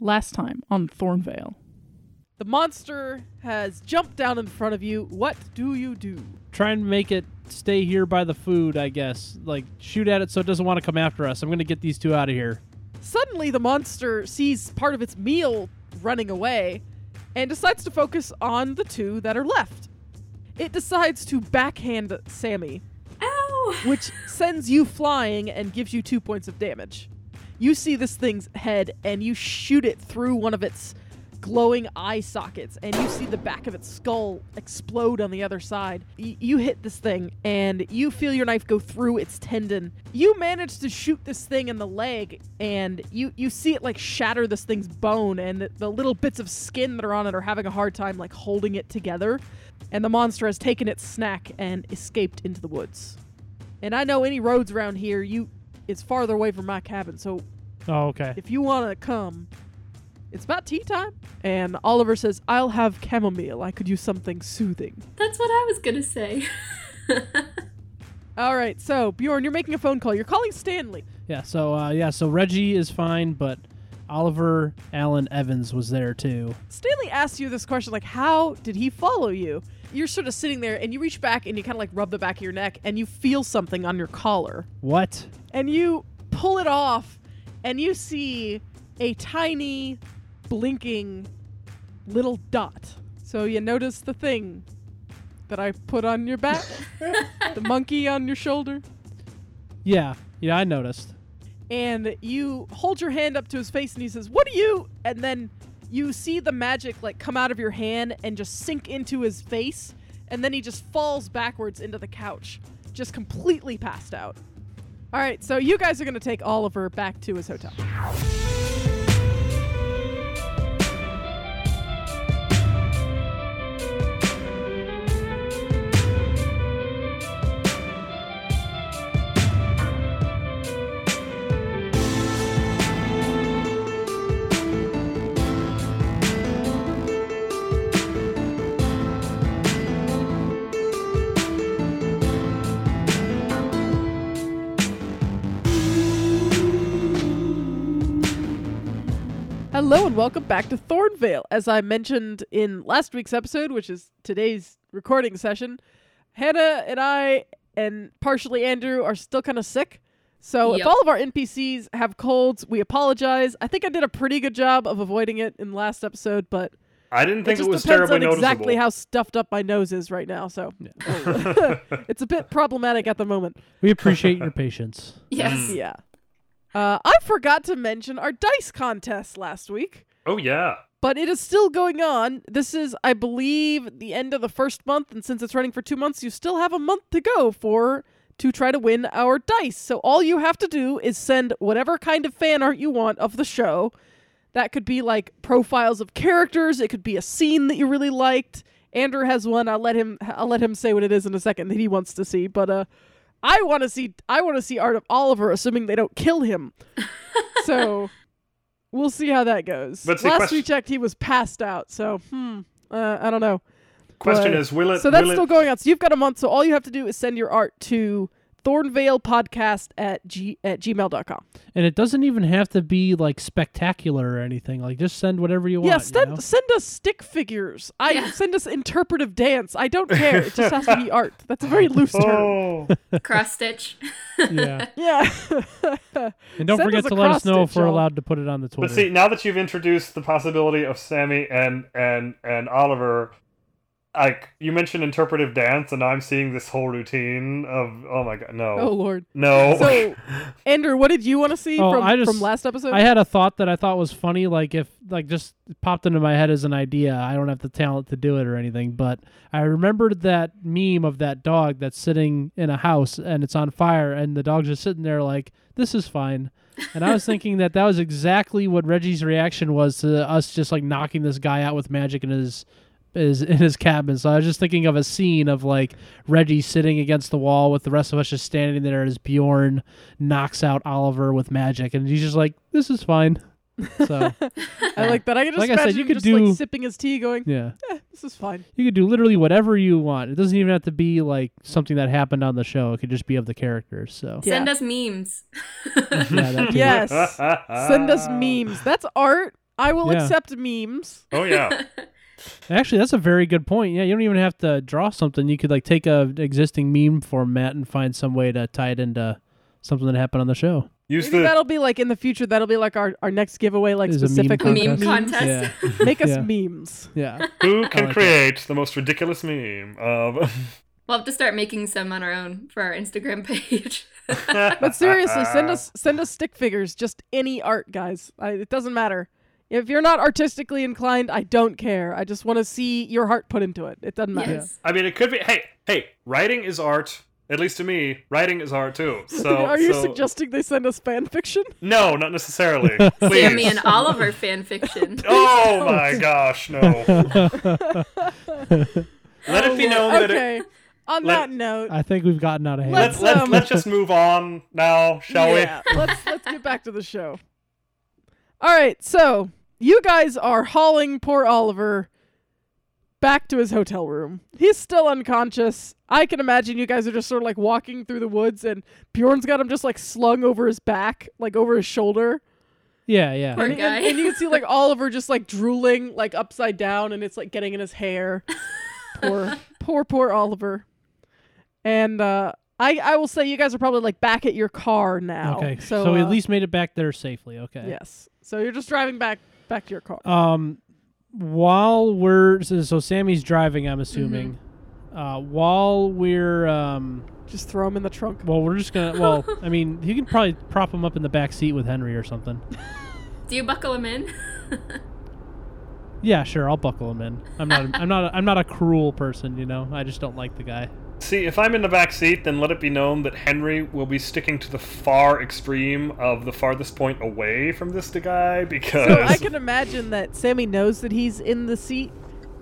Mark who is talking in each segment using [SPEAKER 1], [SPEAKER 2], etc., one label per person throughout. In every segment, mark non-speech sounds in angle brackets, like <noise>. [SPEAKER 1] Last time on Thornvale.
[SPEAKER 2] The monster has jumped down in front of you. What do you do?
[SPEAKER 3] Try and make it stay here by the food, I guess. Like, shoot at it so it doesn't want to come after us. I'm going to get these two out of here.
[SPEAKER 2] Suddenly, the monster sees part of its meal running away and decides to focus on the two that are left. It decides to backhand Sammy,
[SPEAKER 4] Ow!
[SPEAKER 2] which sends you flying and gives you two points of damage. You see this thing's head and you shoot it through one of its glowing eye sockets, and you see the back of its skull explode on the other side. Y- you hit this thing and you feel your knife go through its tendon. You manage to shoot this thing in the leg, and you, you see it like shatter this thing's bone, and the, the little bits of skin that are on it are having a hard time like holding it together. And the monster has taken its snack and escaped into the woods. And I know any roads around here, you it's farther away from my cabin, so
[SPEAKER 3] Oh, okay.
[SPEAKER 2] if you want to come, it's about tea time. And Oliver says, I'll have chamomile. I could use something soothing.
[SPEAKER 4] That's what I was gonna say.
[SPEAKER 2] All right, so Bjorn, you're making a phone call. You're calling Stanley.
[SPEAKER 3] Yeah, so, uh, yeah, so Reggie is fine, but Oliver Allen Evans was there too.
[SPEAKER 2] Stanley asks you this question, like, how did he follow you? You're sort of sitting there and you reach back and you kind of like rub the back of your neck and you feel something on your collar.
[SPEAKER 3] What?
[SPEAKER 2] and you pull it off and you see a tiny blinking little dot so you notice the thing that i put on your back the monkey on your shoulder
[SPEAKER 3] Yeah, yeah, I noticed.
[SPEAKER 2] and you hold your hand up to his face and he says what are you and then you see the magic like come out of your hand and just sink into his face and then he just falls backwards into the couch just completely passed out all right so you guys are going to take oliver back to his hotel Hello and welcome back to Thornvale. As I mentioned in last week's episode, which is today's recording session, Hannah and I and partially Andrew are still kind of sick. So if
[SPEAKER 4] Yep.
[SPEAKER 2] all of our NPCs have colds, we apologize. I think I did a pretty good job of avoiding it in the last episode, but
[SPEAKER 5] I didn't
[SPEAKER 2] it
[SPEAKER 5] think it,
[SPEAKER 2] just
[SPEAKER 5] was
[SPEAKER 2] depends
[SPEAKER 5] terribly
[SPEAKER 2] on
[SPEAKER 5] noticeable.
[SPEAKER 2] exactly how stuffed up my nose is right now. So
[SPEAKER 5] <laughs>
[SPEAKER 2] <laughs> it's a bit problematic at the moment.
[SPEAKER 3] We appreciate <laughs> your patience.
[SPEAKER 4] yes.
[SPEAKER 2] Yeah. Uh, I forgot to mention our dice contest last week.
[SPEAKER 5] oh yeah,
[SPEAKER 2] but it is still going on. This is, I believe, the end of the first month, and since it's running for two months, you still have a month to go for to try to win our dice. So all you have to do is send whatever kind of fan art you want of the show. That could be like profiles of characters. It could be a scene that you really liked. Andrew has one. I'll let him. I'll let him say what it is in a second that he wants to see. But uh, I want to see. I want to see art of Oliver, assuming they don't kill him. so we'll see how that goes.
[SPEAKER 5] But see,
[SPEAKER 2] Last
[SPEAKER 5] question-
[SPEAKER 2] we checked, he was passed out. So hmm. Uh, I don't know.
[SPEAKER 5] question
[SPEAKER 2] But-
[SPEAKER 5] is, will it?
[SPEAKER 2] So that's
[SPEAKER 5] will
[SPEAKER 2] still
[SPEAKER 5] it,
[SPEAKER 2] going on. So you've got a month. So all you have to do is send your art to thornvalepodcast at g at gmail.com.
[SPEAKER 3] And it doesn't even have to be like spectacular or anything. Like, just send whatever you
[SPEAKER 2] Yeah,
[SPEAKER 3] want. you
[SPEAKER 2] send
[SPEAKER 3] know?
[SPEAKER 2] send us stick figures. I
[SPEAKER 4] Yeah.
[SPEAKER 2] send us interpretive dance. I
[SPEAKER 3] <laughs>
[SPEAKER 2] don't care. It just has to be art. That's a very loose term.
[SPEAKER 5] Oh,
[SPEAKER 4] Cross stitch.
[SPEAKER 3] <laughs> yeah.
[SPEAKER 2] Yeah.
[SPEAKER 3] And don't
[SPEAKER 2] Send
[SPEAKER 3] forget
[SPEAKER 2] us
[SPEAKER 3] to
[SPEAKER 2] a
[SPEAKER 3] let us know if
[SPEAKER 2] cross-stitch,
[SPEAKER 3] we're
[SPEAKER 2] y'all.
[SPEAKER 3] allowed to put it on the Twitter.
[SPEAKER 5] but see, now that you've introduced the possibility of Sammy and and and Oliver, like you mentioned interpretive dance, and I'm seeing this whole routine of oh my god, no,
[SPEAKER 2] oh lord.
[SPEAKER 5] no. <laughs>
[SPEAKER 2] So, Andrew, what did you want to see
[SPEAKER 3] Oh,
[SPEAKER 2] from
[SPEAKER 3] I just-
[SPEAKER 2] from last episode?
[SPEAKER 3] I had a thought that I thought was funny, like if like just popped into my head as an idea. I don't have the talent to do it or anything, but I remembered that meme of that dog that's sitting in a house and it's on fire, and the dog's just sitting there like, "This is fine." And I was thinking that that was exactly what Reggie's reaction was to us just like knocking this guy out with magic in his is in his cabin. So I was just thinking of a scene of like Reggie sitting against the wall with the rest of us just standing there as Bjorn knocks out Oliver with magic, and he's just like, "This is fine." So
[SPEAKER 2] I like that. I can just
[SPEAKER 3] Like I said,
[SPEAKER 2] imagine
[SPEAKER 3] you
[SPEAKER 2] him
[SPEAKER 3] could
[SPEAKER 2] just
[SPEAKER 3] do-
[SPEAKER 2] like sipping his tea, going,
[SPEAKER 3] yeah,
[SPEAKER 2] "This is fine."
[SPEAKER 3] you could do literally whatever you want. It doesn't even have to be like something that happened on the show. It could just be of the characters. So
[SPEAKER 4] <laughs>
[SPEAKER 2] Yeah.
[SPEAKER 4] Send us memes.
[SPEAKER 3] yeah, that too.
[SPEAKER 2] Yes. Send us memes. That's art. I will
[SPEAKER 3] Ah. Yeah.
[SPEAKER 2] accept memes.
[SPEAKER 5] Oh yeah.
[SPEAKER 3] Actually, that's a very good point. Yeah, you don't even have to draw something. You could like take a existing meme format and find some way to tie it into something that happened on the show.
[SPEAKER 5] Use
[SPEAKER 2] Maybe
[SPEAKER 5] the
[SPEAKER 2] that'll be like in the future. That'll be like our, our next giveaway, like
[SPEAKER 3] Is a meme
[SPEAKER 4] A
[SPEAKER 2] specifically
[SPEAKER 4] <laughs> meme
[SPEAKER 3] Contest.
[SPEAKER 4] contest.
[SPEAKER 2] <laughs>
[SPEAKER 3] Yeah,
[SPEAKER 2] Make us
[SPEAKER 3] Yeah.
[SPEAKER 2] memes.
[SPEAKER 3] yeah.
[SPEAKER 5] who
[SPEAKER 3] I
[SPEAKER 5] can
[SPEAKER 3] like
[SPEAKER 5] create the most ridiculous meme of
[SPEAKER 4] We'll have to start making some on our own for our Instagram <laughs> page.
[SPEAKER 5] <laughs>
[SPEAKER 2] But seriously, send us send us stick figures. Just any art, guys. I, it doesn't matter. If you're not artistically inclined, I don't care. I just want to see your heart put into it. It doesn't matter.
[SPEAKER 4] yes.
[SPEAKER 5] I mean it could be hey, hey, writing is art. At least to me, writing is
[SPEAKER 2] <laughs>
[SPEAKER 5] art too. So
[SPEAKER 2] <laughs> Are you
[SPEAKER 5] so-
[SPEAKER 2] suggesting they send us fan fiction?
[SPEAKER 5] No, not necessarily.
[SPEAKER 4] Sammy
[SPEAKER 5] Please.
[SPEAKER 4] and Oliver fan fiction.
[SPEAKER 5] <laughs> Oh my gosh, no. Let it be known that it,
[SPEAKER 2] okay. On
[SPEAKER 5] let-
[SPEAKER 2] that note,
[SPEAKER 3] I think we've gotten out of hand.
[SPEAKER 5] let's
[SPEAKER 2] Let's,
[SPEAKER 5] let's,
[SPEAKER 2] um,
[SPEAKER 5] let's just move on now, shall
[SPEAKER 2] yeah, let's let's get back to the show. <laughs> All right, so you guys are hauling poor Oliver back to his hotel room. He's still unconscious. I can imagine you guys are just sort of like walking through the woods, and Bjorn's got him just like slung over his back, like over his shoulder.
[SPEAKER 3] yeah, yeah.
[SPEAKER 4] Poor
[SPEAKER 2] and,
[SPEAKER 4] guy.
[SPEAKER 2] and- and you can see like Oliver just like drooling like upside down and it's like getting in his
[SPEAKER 4] <laughs>
[SPEAKER 2] hair. poor, poor, poor Oliver. And uh I I will say you guys are probably like back at your car now.
[SPEAKER 3] Okay,
[SPEAKER 2] So,
[SPEAKER 3] so, we
[SPEAKER 2] uh,
[SPEAKER 3] at least made it back there safely. Okay.
[SPEAKER 2] Yes. So you're just driving back back to your car.
[SPEAKER 3] Um, while we're so, so Sammy's driving,
[SPEAKER 2] Mm-hmm.
[SPEAKER 3] I'm assuming. Uh, while we're um,
[SPEAKER 2] Just throw him in the trunk.
[SPEAKER 3] well, we're just gonna.
[SPEAKER 2] <laughs>
[SPEAKER 3] Well, I mean, you can probably prop him up in the back seat with Henry or something.
[SPEAKER 4] Do you buckle him in?
[SPEAKER 3] Yeah, sure. I'll buckle him in. I'm not. I'm not. A, I'm not a cruel person. You know. I just don't like the guy.
[SPEAKER 5] we? See, if I'm in the back seat, then let it be known that Henry will be sticking to the far extreme of the farthest point away from this guy because
[SPEAKER 2] So I can imagine that Sammy knows that he's in the seat,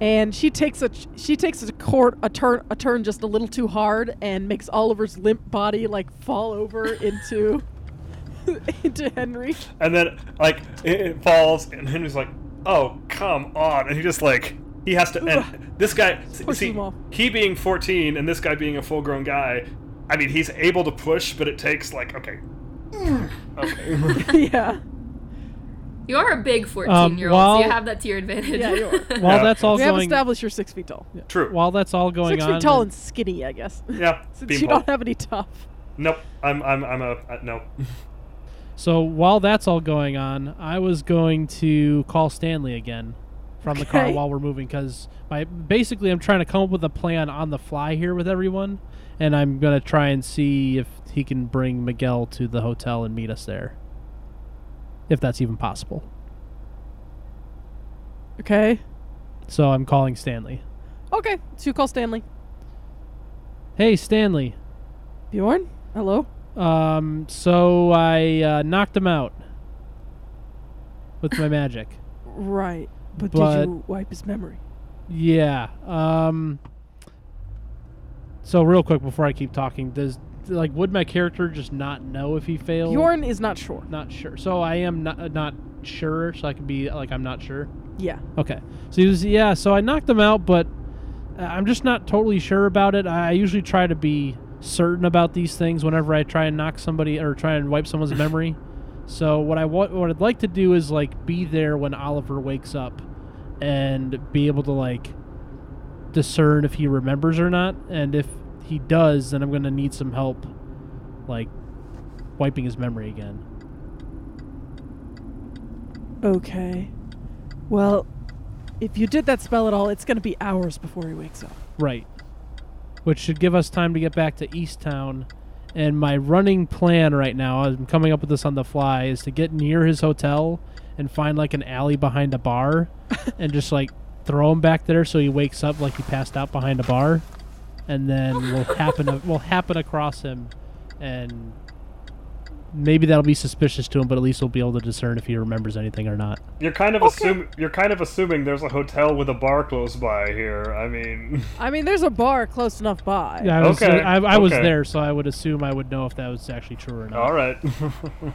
[SPEAKER 2] and she takes a she takes a court a turn a turn just a little too hard and makes Oliver's limp body like fall over into <laughs> into Henry. <laughs>
[SPEAKER 5] and then like it, it falls and Henry's like, "Oh, come on." And he just like he has to
[SPEAKER 2] <sighs>
[SPEAKER 5] and this guy
[SPEAKER 2] Push
[SPEAKER 5] see
[SPEAKER 2] him off.
[SPEAKER 5] he being 14 and this guy being a full-grown guy, I mean, he's able to push, but it takes like okay. Okay.
[SPEAKER 2] yeah.
[SPEAKER 4] You are a big 14 year old, so
[SPEAKER 3] while-
[SPEAKER 4] you have that to your advantage.
[SPEAKER 2] Um, Yeah, you are.
[SPEAKER 3] While
[SPEAKER 5] Yeah.
[SPEAKER 3] that's all
[SPEAKER 2] We have
[SPEAKER 3] going.
[SPEAKER 2] established you're six feet tall.
[SPEAKER 5] True.
[SPEAKER 3] While that's all going
[SPEAKER 2] Six
[SPEAKER 3] on.
[SPEAKER 2] feet tall and skinny, I guess.
[SPEAKER 5] yeah.
[SPEAKER 2] <laughs> Since you
[SPEAKER 5] Beanpole.
[SPEAKER 2] don't have any tough.
[SPEAKER 5] Nope. I'm I'm I'm a uh, nope. <laughs>
[SPEAKER 3] So while that's all going on, I was going to call Stanley again from the car
[SPEAKER 2] Okay.
[SPEAKER 3] while we're moving because my basically I'm trying to come up with a plan on the fly here with everyone, and I'm gonna try and see if he can bring Miguel to the hotel and meet us there, if that's even possible.
[SPEAKER 2] Okay.
[SPEAKER 3] So I'm calling Stanley.
[SPEAKER 2] Okay. So you call Stanley.
[SPEAKER 3] Hey Stanley,
[SPEAKER 2] Bjorn? Hello?
[SPEAKER 3] um, so I uh, knocked him out with my magic.
[SPEAKER 2] Right. But,
[SPEAKER 3] But-
[SPEAKER 2] did you wipe his memory?
[SPEAKER 3] Yeah. Um. So real quick before I keep talking, does like would my character just not know if he failed?
[SPEAKER 2] Bjorn is not sure.
[SPEAKER 3] not sure. So I am not uh, not sure. So I could be like I'm not sure.
[SPEAKER 2] Yeah.
[SPEAKER 3] Okay. So he was yeah. So I knocked him out, but uh, I'm just not totally sure about it. I I usually try to be certain about these things whenever I try and knock somebody or try and wipe someone's memory. So what I wa- what I'd like to do is like be there when Oliver wakes up and be able to like discern if he remembers or not. And if he does, then I'm going to need some help like wiping his memory again.
[SPEAKER 2] Okay. Well, if you did that spell at all, it's going to be hours before he wakes up.
[SPEAKER 3] Right. Which should give us time to get back to East Town. And my running plan right now, I'm coming up with this on the fly, is to get near his hotel and find like an alley behind a bar and just like throw him back there so he wakes up like he passed out behind a bar. And then we'll happen we'll happen across him and maybe that'll be suspicious to him, but at least we'll be able to discern if he remembers anything or not.
[SPEAKER 5] You're kind of assuming you're kind of assuming there's a hotel with a bar close by here. I mean, <laughs>
[SPEAKER 2] I mean, there's a bar close enough by.
[SPEAKER 3] Yeah, I was,
[SPEAKER 5] Okay,
[SPEAKER 3] I, I was
[SPEAKER 5] okay.
[SPEAKER 3] there, so I would assume I would know if that was actually true or not.
[SPEAKER 5] all right. <laughs>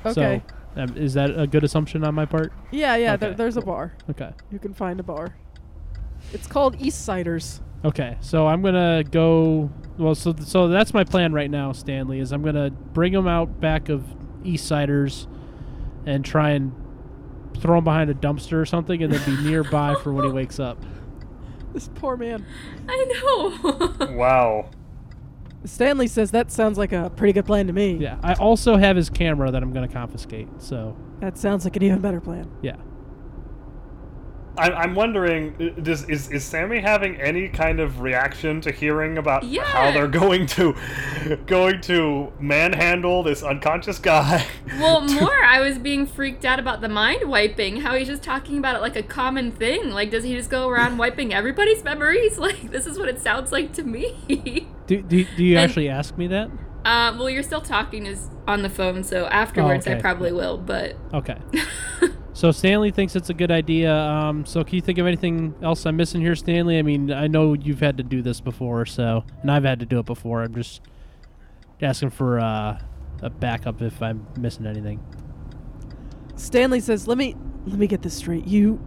[SPEAKER 2] Okay.
[SPEAKER 3] So, um, is that a good assumption on my part?
[SPEAKER 2] yeah, yeah,
[SPEAKER 3] Okay,
[SPEAKER 2] there, there's a
[SPEAKER 3] cool.
[SPEAKER 2] bar.
[SPEAKER 3] Okay.
[SPEAKER 2] You can find a bar. It's called East Siders.
[SPEAKER 3] Okay. So I'm gonna go. Well, so so that's my plan right now, Stanley. Is I'm gonna bring him out back of East Siders, and try and throw him behind a dumpster or something, and then be nearby for when he wakes up.
[SPEAKER 2] <laughs> This poor man.
[SPEAKER 4] <laughs> I
[SPEAKER 5] <laughs>
[SPEAKER 4] know.
[SPEAKER 5] Wow.
[SPEAKER 2] Stanley says that sounds like a pretty good plan to me.
[SPEAKER 3] Yeah. I also have his camera that I'm going to confiscate. So
[SPEAKER 2] That sounds like an even better plan.
[SPEAKER 3] yeah.
[SPEAKER 5] I'm, I'm wondering, uh, does, is is Sammy having any kind of reaction to hearing about how
[SPEAKER 4] Yes.
[SPEAKER 5] they're going to going to manhandle this unconscious guy?
[SPEAKER 4] well, more, I was being freaked out about the mind wiping. How he's just talking about it like a common thing. Like, does he just
[SPEAKER 2] <laughs>
[SPEAKER 4] go around wiping everybody's memories? <laughs> Like, this is what it sounds like to me. <laughs>
[SPEAKER 3] Do, do, do you
[SPEAKER 4] And-
[SPEAKER 3] actually ask me that?
[SPEAKER 4] um, well, you're still talking is on the phone, so
[SPEAKER 2] Oh,
[SPEAKER 4] afterwards I
[SPEAKER 3] okay.
[SPEAKER 4] probably will. But
[SPEAKER 3] Okay. <laughs> so Stanley thinks it's a good idea. Um, so can you think of anything else I'm missing here, Stanley? I mean, I know you've had to do this before, so and I've had to do it before. I'm just asking for uh, a backup if I'm missing anything.
[SPEAKER 2] Stanley says, "Let me let me get this straight. You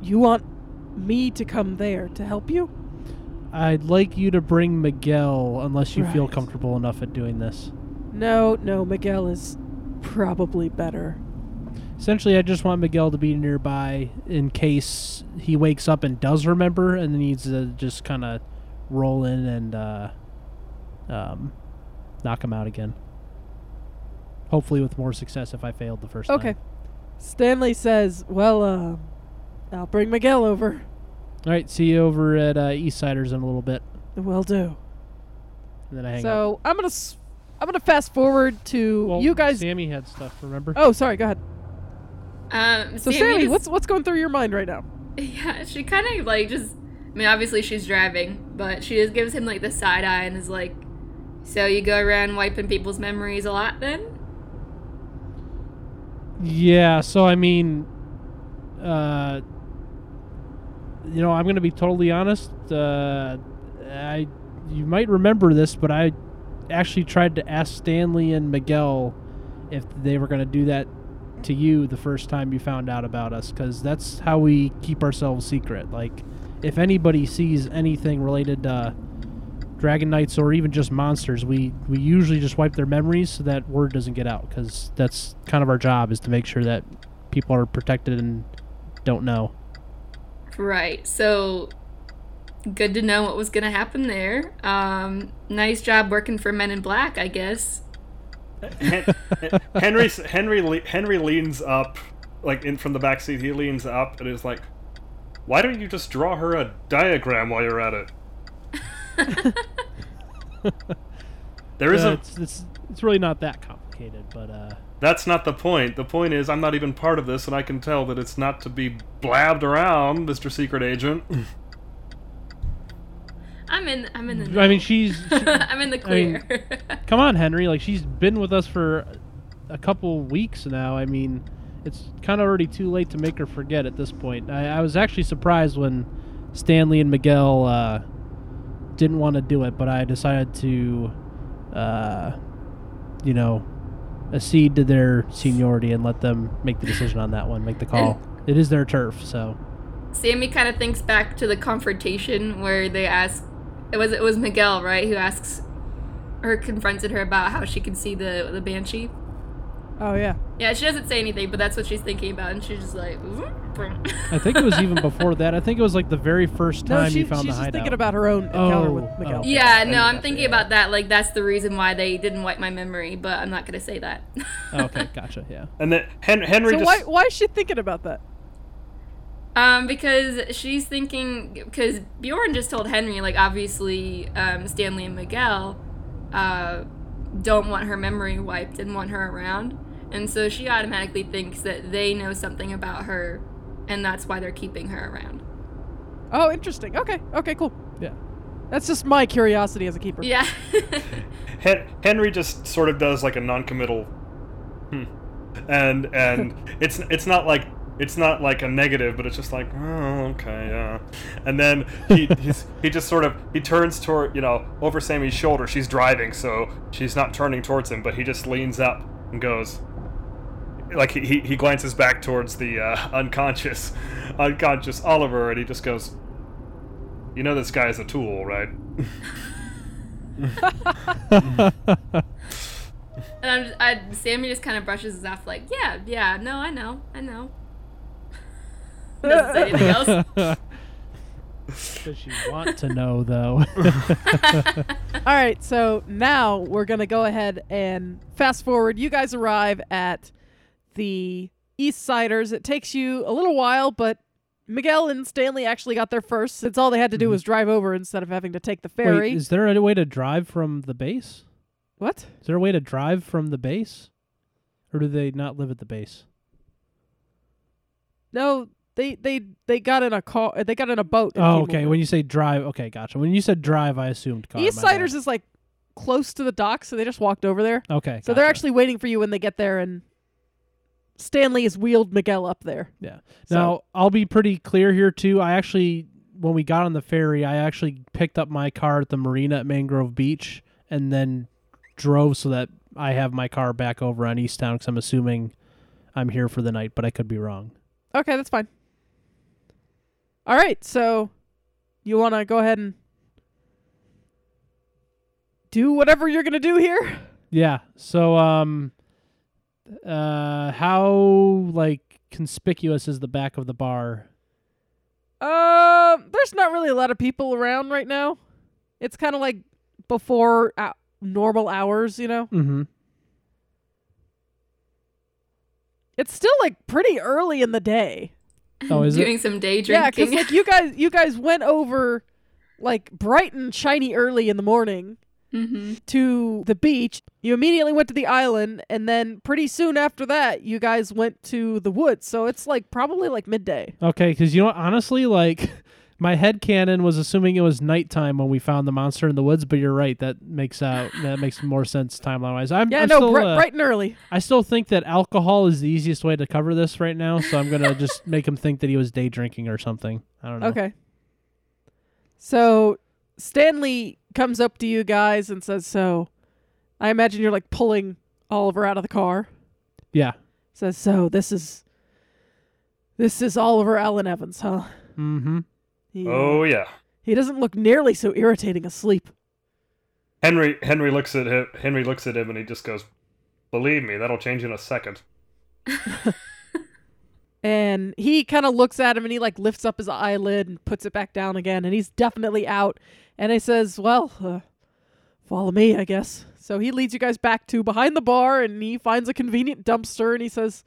[SPEAKER 2] you want me to come there to help you?
[SPEAKER 3] I'd like you to bring Miguel unless you feel
[SPEAKER 2] Right.
[SPEAKER 3] comfortable enough at doing this.
[SPEAKER 2] No, no, Miguel is probably better.
[SPEAKER 3] Essentially, I just want Miguel to be nearby in case he wakes up and does remember and needs to just kind of roll in and uh, um, knock him out again. Hopefully, with more success if I failed the first
[SPEAKER 2] Okay.
[SPEAKER 3] time.
[SPEAKER 2] Stanley says, "Well, uh, I'll bring Miguel over.
[SPEAKER 3] All right, see you over at uh, Eastsiders in a little bit.
[SPEAKER 2] Will do."
[SPEAKER 3] And then I hang up.
[SPEAKER 2] so I'm gonna s- I'm gonna fast forward to
[SPEAKER 3] Well,
[SPEAKER 2] you guys.
[SPEAKER 3] Sammy had stuff, remember?
[SPEAKER 2] Oh, sorry. Go ahead.
[SPEAKER 4] um,
[SPEAKER 2] So
[SPEAKER 4] Sammy
[SPEAKER 2] Sammy,
[SPEAKER 4] just-
[SPEAKER 2] what's what's going through your mind right now?
[SPEAKER 4] <laughs> Yeah, she kind of like just. I mean, obviously she's driving, but she just gives him like the side eye and is like, "So you go around wiping people's memories a lot, then?"
[SPEAKER 3] Yeah, so I mean, uh, you know, I'm going to be totally honest. Uh, I, you might remember this, but I actually tried to ask Stanley and Miguel if they were going to do that to you the first time you found out about us, because that's how we keep ourselves secret. Like, if anybody sees anything related to Dragon Knights or even just monsters, we, we usually just wipe their memories so that word doesn't get out, because that's kind of our job is to make sure that people are protected and don't know.
[SPEAKER 4] Right. So good to know what was gonna happen there. Um, nice job working for Men in Black, I guess.
[SPEAKER 5] Hen- Henry s- Henry le- Henry leans up, like in from the back seat. He leans up and is like, "Why don't you just draw her a diagram while you're at it?" There
[SPEAKER 3] Uh,
[SPEAKER 5] isn't.
[SPEAKER 3] it's, it's, it's really not that complicated, but uh,
[SPEAKER 5] That's not the point. The point is, I'm not even part of this, and I can tell that it's not to be blabbed around, Mister Secret Agent.
[SPEAKER 4] I'm in. I'm in the.
[SPEAKER 3] I mean,
[SPEAKER 4] know.
[SPEAKER 3] she's
[SPEAKER 4] <laughs> I'm in the
[SPEAKER 3] I mean-
[SPEAKER 4] clear. <laughs>
[SPEAKER 3] come on, Henry. Like she's been with us for a couple weeks now. I mean, it's kind of already too late to make her forget at this point. I, I was actually surprised when Stanley and Miguel uh, didn't want to do it, but I decided to, uh, you know, accede to their seniority and let them make the decision on that one, make the call. It is their turf, so.
[SPEAKER 4] Sammy kind of thinks back to the confrontation where they ask. It was it was Miguel, right? Who asks, or confronted her about how she can see the the banshee.
[SPEAKER 2] Oh yeah.
[SPEAKER 4] Yeah, she doesn't say anything, but that's what she's thinking about, and she's just like, "Vroom, vroom."
[SPEAKER 3] I think it
[SPEAKER 4] <laughs>
[SPEAKER 3] was even before that. I think it was like the very first time
[SPEAKER 2] No, she,
[SPEAKER 3] you found
[SPEAKER 2] she's
[SPEAKER 3] the
[SPEAKER 2] just
[SPEAKER 3] hideout.
[SPEAKER 2] thinking about her own encounter
[SPEAKER 3] Oh,
[SPEAKER 2] with Miguel.
[SPEAKER 3] oh.
[SPEAKER 4] yeah,
[SPEAKER 5] Okay.
[SPEAKER 4] no, I'm thinking about that. Like, that's the reason why they didn't wipe my memory, but I'm not gonna say that.
[SPEAKER 3] Oh, okay, gotcha. Yeah.
[SPEAKER 5] and then Hen- Henry
[SPEAKER 2] So
[SPEAKER 5] just.
[SPEAKER 2] why why is she thinking about that?
[SPEAKER 4] Um, because she's thinking, because Bjorn just told Henry, like, obviously, um, Stanley and Miguel, uh, don't want her memory wiped and want her around. And so she automatically thinks that they know something about her, and that's why they're keeping her around.
[SPEAKER 2] Oh, interesting. Okay, okay, cool.
[SPEAKER 3] Yeah.
[SPEAKER 2] That's just my curiosity as a keeper.
[SPEAKER 4] Yeah. <laughs>
[SPEAKER 5] Hen- Henry just sort of does like a non-committal, hmm. and and it's it's not like it's not like a negative, but it's just like oh okay yeah, and then he he's, he just sort of he turns toward you know over Sammy's shoulder. She's driving, so she's not turning towards him, but he just leans up and goes. Like he, he, he glances back towards the uh, unconscious, <laughs> unconscious Oliver, and he just goes, "You know this guy is a tool, right?"
[SPEAKER 4] And I'm, I, Sammy just kind of brushes us off, like, yeah, yeah, no, I know,
[SPEAKER 2] <laughs>
[SPEAKER 4] I know. Doesn't say anything <laughs> else.
[SPEAKER 3] Does she want to
[SPEAKER 2] <laughs>
[SPEAKER 3] know though?
[SPEAKER 2] All right, so now we're going to go ahead and fast forward. You guys arrive at the East Siders. It takes you a little while, but Miguel and Stanley actually got there first since all they had to do was drive over instead of having to take the ferry.
[SPEAKER 3] Mm-hmm. Wait, is there a way to drive from the base?
[SPEAKER 2] what?
[SPEAKER 3] Is there a way to drive from the base, or do they not live at the base?
[SPEAKER 2] No, they they they got in a car. They got in a boat. and
[SPEAKER 3] Oh,
[SPEAKER 2] came
[SPEAKER 3] okay.
[SPEAKER 2] over.
[SPEAKER 3] When you say drive, okay, gotcha. When you said drive, I assumed car.
[SPEAKER 2] East
[SPEAKER 3] my bad.
[SPEAKER 2] Siders is like close to the dock, so they just walked over there.
[SPEAKER 3] Okay,
[SPEAKER 2] So they're
[SPEAKER 3] gotcha.
[SPEAKER 2] actually waiting for you when they get there, and Stanley has wheeled Miguel up there.
[SPEAKER 3] Yeah.
[SPEAKER 2] So-
[SPEAKER 3] Now, I'll be pretty clear here too. I actually when we got on the ferry, I actually picked up my car at the marina at Mangrove Beach and then drove so that I have my car back over on East Town cuz I'm assuming I'm here for the night, but I could be wrong.
[SPEAKER 2] Okay, that's fine. All right, so you want to go ahead and do whatever you're gonna do here.
[SPEAKER 3] Yeah. So um uh how like conspicuous is the back of the bar?
[SPEAKER 2] Um, there's not really a lot of people around right now. It's kind of like before uh, normal hours, you know.
[SPEAKER 3] Mhm.
[SPEAKER 2] It's still like pretty early in the day.
[SPEAKER 3] Oh, is it?
[SPEAKER 4] <laughs> Doing some day
[SPEAKER 2] Yeah, 'cause
[SPEAKER 4] drinking. <laughs>
[SPEAKER 2] like you guys, you guys went over like bright and shiny early in the morning
[SPEAKER 4] hmm
[SPEAKER 2] to the beach. You immediately went to the island, and then pretty soon after that, you guys went to the woods. So it's like probably like midday.
[SPEAKER 3] Okay, because you know, what, honestly, like <laughs> my head canon was assuming it was nighttime when we found the monster in the woods, but you're right. That makes out that makes more sense timeline wise. I'm,
[SPEAKER 2] Yeah,
[SPEAKER 3] I'm
[SPEAKER 2] no,
[SPEAKER 3] still,
[SPEAKER 2] bright,
[SPEAKER 3] uh,
[SPEAKER 2] bright and early.
[SPEAKER 3] I still think that alcohol is the easiest way to cover this right now, so I'm gonna just make him think that he was day drinking or something. I don't know.
[SPEAKER 2] Okay. So Stanley comes up to you guys and says, "So, I imagine you're like pulling Oliver out of the car."
[SPEAKER 3] Yeah.
[SPEAKER 2] Says, "So this is this is Oliver Allen Evans, huh?"
[SPEAKER 3] Mm-hmm.
[SPEAKER 2] He, uh,
[SPEAKER 5] Oh yeah.
[SPEAKER 2] He doesn't look nearly so irritating asleep.
[SPEAKER 5] Henry Henry looks at him, Henry looks at him and he just goes, "Believe me, that'll change in a second.
[SPEAKER 2] And he kind of looks at him and he like lifts up his eyelid and puts it back down again. And he's definitely out. And he says, Well, uh, follow me, I guess. So he leads you guys back to behind the bar and he finds a convenient dumpster and he says,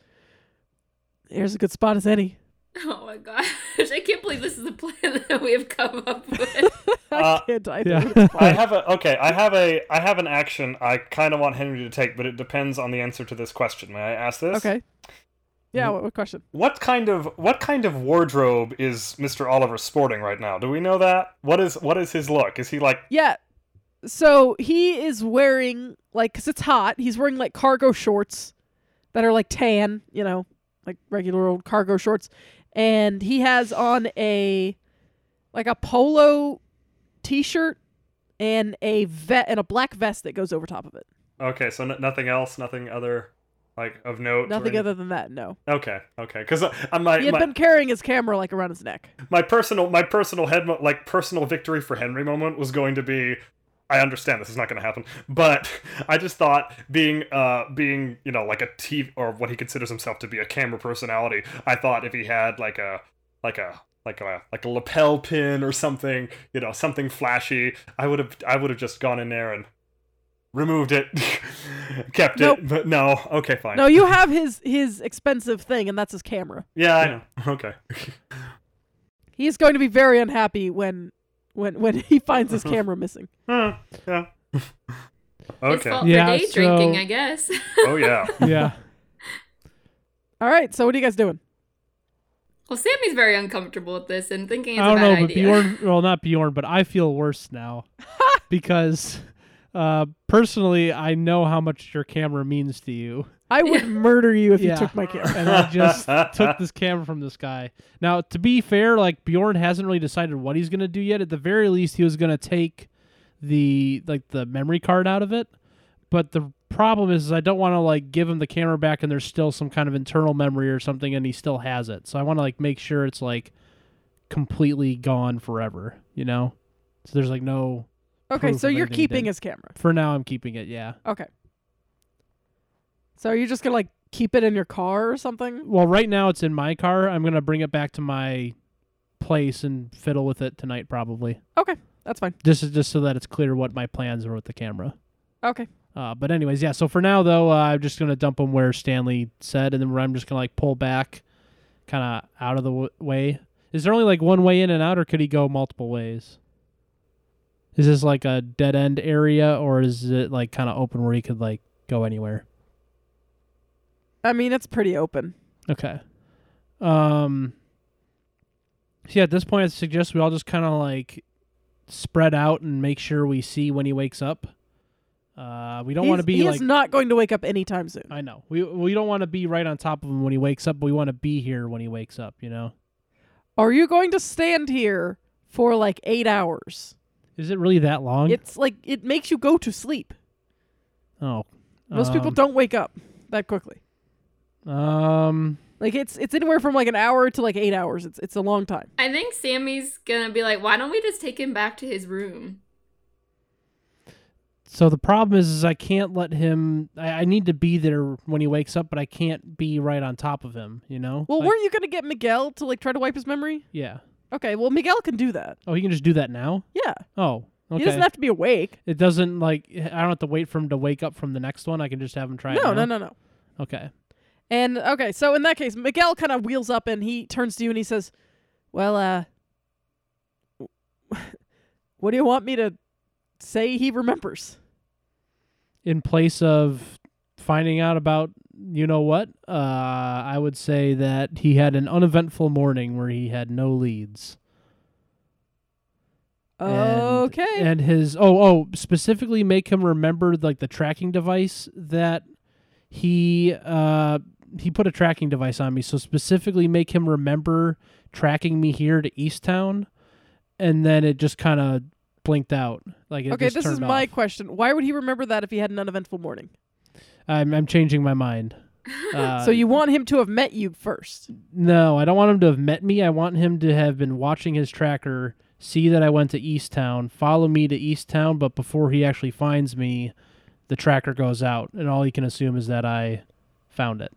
[SPEAKER 2] Here's a good spot as any. <laughs>
[SPEAKER 4] <laughs> Oh my gosh. I can't believe this is the plan <laughs> that we have come up with.
[SPEAKER 2] I
[SPEAKER 5] Uh,
[SPEAKER 2] can't either.
[SPEAKER 3] yeah.
[SPEAKER 2] It's <laughs>
[SPEAKER 5] I
[SPEAKER 2] fine.
[SPEAKER 5] have a okay. I have a I have an action I kind of want Henry to take, but it depends on the answer to this question. May I ask this?
[SPEAKER 2] okay. Yeah, what, what question?
[SPEAKER 5] What kind of what kind of wardrobe is Mr. Oliver sporting right now? Do we know that? What is what is his look? Is he like
[SPEAKER 2] Yeah. So he is wearing, like, because it's hot, he's wearing, like, cargo shorts that are, like, tan, you know, like regular old cargo shorts. And he has on a, like, a polo t shirt and a vet and a black vest that goes over top of it.
[SPEAKER 5] okay? So n- nothing else, nothing other like of note. or
[SPEAKER 2] Nothing
[SPEAKER 5] any-
[SPEAKER 2] other than that, no.
[SPEAKER 5] Okay, okay. Because I'm my
[SPEAKER 2] He had
[SPEAKER 5] my,
[SPEAKER 2] been carrying his camera, like, around his neck.
[SPEAKER 5] my personal my personal head mo- like personal victory for Henry moment was going to be I understand this is not going to happen, but <laughs> I just thought being uh being you know like a TV or what he considers himself to be a camera personality, I thought if he had like a like a like a like a lapel pin or something, you know, something flashy, I would have I would have just gone in there and removed it, <laughs> kept
[SPEAKER 2] Nope.
[SPEAKER 5] it, but no, okay, fine.
[SPEAKER 2] No, you have his his expensive thing, and that's his camera.
[SPEAKER 5] yeah, I know. <laughs> Okay.
[SPEAKER 2] He's going to be very unhappy when when when <laughs> he finds his camera missing.
[SPEAKER 5] Huh, yeah. <laughs>
[SPEAKER 4] It's fault
[SPEAKER 5] okay.
[SPEAKER 3] Yeah,
[SPEAKER 4] for day drinking,
[SPEAKER 3] so-
[SPEAKER 4] I guess. <laughs>
[SPEAKER 5] Oh yeah.
[SPEAKER 3] <laughs> Yeah.
[SPEAKER 2] All right, so what are you guys doing?
[SPEAKER 4] well, Sammy's very uncomfortable with this and thinking it's
[SPEAKER 3] I don't
[SPEAKER 4] a
[SPEAKER 3] know,
[SPEAKER 4] bad
[SPEAKER 3] but
[SPEAKER 4] idea.
[SPEAKER 3] Bjorn, well, not Bjorn, but I feel worse now because uh, personally, I know how much your camera means to you.
[SPEAKER 2] I would
[SPEAKER 4] Yeah.
[SPEAKER 2] murder you if
[SPEAKER 3] Yeah.
[SPEAKER 2] you took my camera.
[SPEAKER 3] and I just took this camera from this guy. Now, to be fair, like Bjorn hasn't really decided what he's gonna do yet. At the very least, he was gonna take the like the memory card out of it. But the problem is, is I don't want to like give him the camera back, and there's still some kind of internal memory or something, and he still has it. So I want to like make sure it's like completely gone forever. You know, so there's like no
[SPEAKER 2] <laughs> Okay,
[SPEAKER 3] proof
[SPEAKER 2] so
[SPEAKER 3] of
[SPEAKER 2] you're
[SPEAKER 3] anything he
[SPEAKER 2] keeping
[SPEAKER 3] did.
[SPEAKER 2] his camera.
[SPEAKER 3] For now, I'm keeping it. Yeah.
[SPEAKER 2] Okay. So are you just gonna like keep it in your car or something?
[SPEAKER 3] Well, right now it's in my car. I'm gonna bring it back to my place and fiddle with it tonight, probably.
[SPEAKER 2] Okay, that's fine.
[SPEAKER 3] Just just so that it's clear what my plans are with the camera.
[SPEAKER 2] Okay,
[SPEAKER 3] Uh, but anyways, yeah. So for now though, uh, I'm just gonna dump them where Stanley said, and then I'm just gonna like pull back, kind of out of the w- way. Is there only like one way in and out, or could he go multiple ways? Is this like a dead end area, or is it like kind of open where he could like go anywhere?
[SPEAKER 2] I mean it's pretty open.
[SPEAKER 3] Okay. Um. So yeah, at this point, I suggest we all just kind of like spread out and make sure we see when he wakes up. Uh, we don't want to
[SPEAKER 2] He's- he
[SPEAKER 3] be like
[SPEAKER 2] is not going to wake up anytime soon.
[SPEAKER 3] I know. We we don't want to be right on top of him when he wakes up, but we want to be here when he wakes up, you know.
[SPEAKER 2] Are you going to stand here for like eight hours?
[SPEAKER 3] Is it really that long?
[SPEAKER 2] It's like it makes you go to sleep.
[SPEAKER 3] oh.
[SPEAKER 2] Most people
[SPEAKER 3] Um,
[SPEAKER 2] don't wake up that quickly.
[SPEAKER 3] Um
[SPEAKER 2] Like it's it's anywhere from like an hour to like eight hours. It's it's a long time.
[SPEAKER 4] I think Sammy's gonna be like, why don't we just take him back to his room?
[SPEAKER 3] so the problem is is I can't let him I, I need to be there when he wakes up, but I can't be right on top of him, you know?
[SPEAKER 2] Well,
[SPEAKER 3] Like-
[SPEAKER 2] weren't you gonna get Miguel to like try to wipe his memory?
[SPEAKER 3] Yeah.
[SPEAKER 2] Okay, well Miguel can do that.
[SPEAKER 3] Oh, he can just do that now?
[SPEAKER 2] Yeah,
[SPEAKER 3] Oh. Okay.
[SPEAKER 2] he doesn't have to be awake.
[SPEAKER 3] it doesn't like I don't have to wait for him to wake up from the next one. I can just have him try it.
[SPEAKER 2] no,
[SPEAKER 3] now?
[SPEAKER 2] no, no, no.
[SPEAKER 3] Okay.
[SPEAKER 2] And okay, so in that case, Miguel kind of wheels up and he turns to you and he says, "Well, uh, <laughs> what do you want me to say? He remembers."
[SPEAKER 3] in place of finding out about you know what, uh, I would say that he had an uneventful morning where he had no leads. And-
[SPEAKER 2] okay.
[SPEAKER 3] And his oh oh specifically make him remember like the tracking device that he uh he put a tracking device on me. So specifically make him remember tracking me here to Easttown, and then it just kind of blinked out like it
[SPEAKER 2] okay,
[SPEAKER 3] just
[SPEAKER 2] this is
[SPEAKER 3] turned
[SPEAKER 2] my
[SPEAKER 3] off.
[SPEAKER 2] question. Why would he remember that if he had an uneventful morning?
[SPEAKER 3] I'm I'm changing
[SPEAKER 2] <laughs>
[SPEAKER 3] my mind. Uh,
[SPEAKER 2] so you want him to have met you first.
[SPEAKER 3] No, I don't want him to have met me. I want him to have been watching his tracker, see that I went to Easttown, follow me to Easttown, but before he actually finds me, the tracker goes out, and all he can assume is that I found it.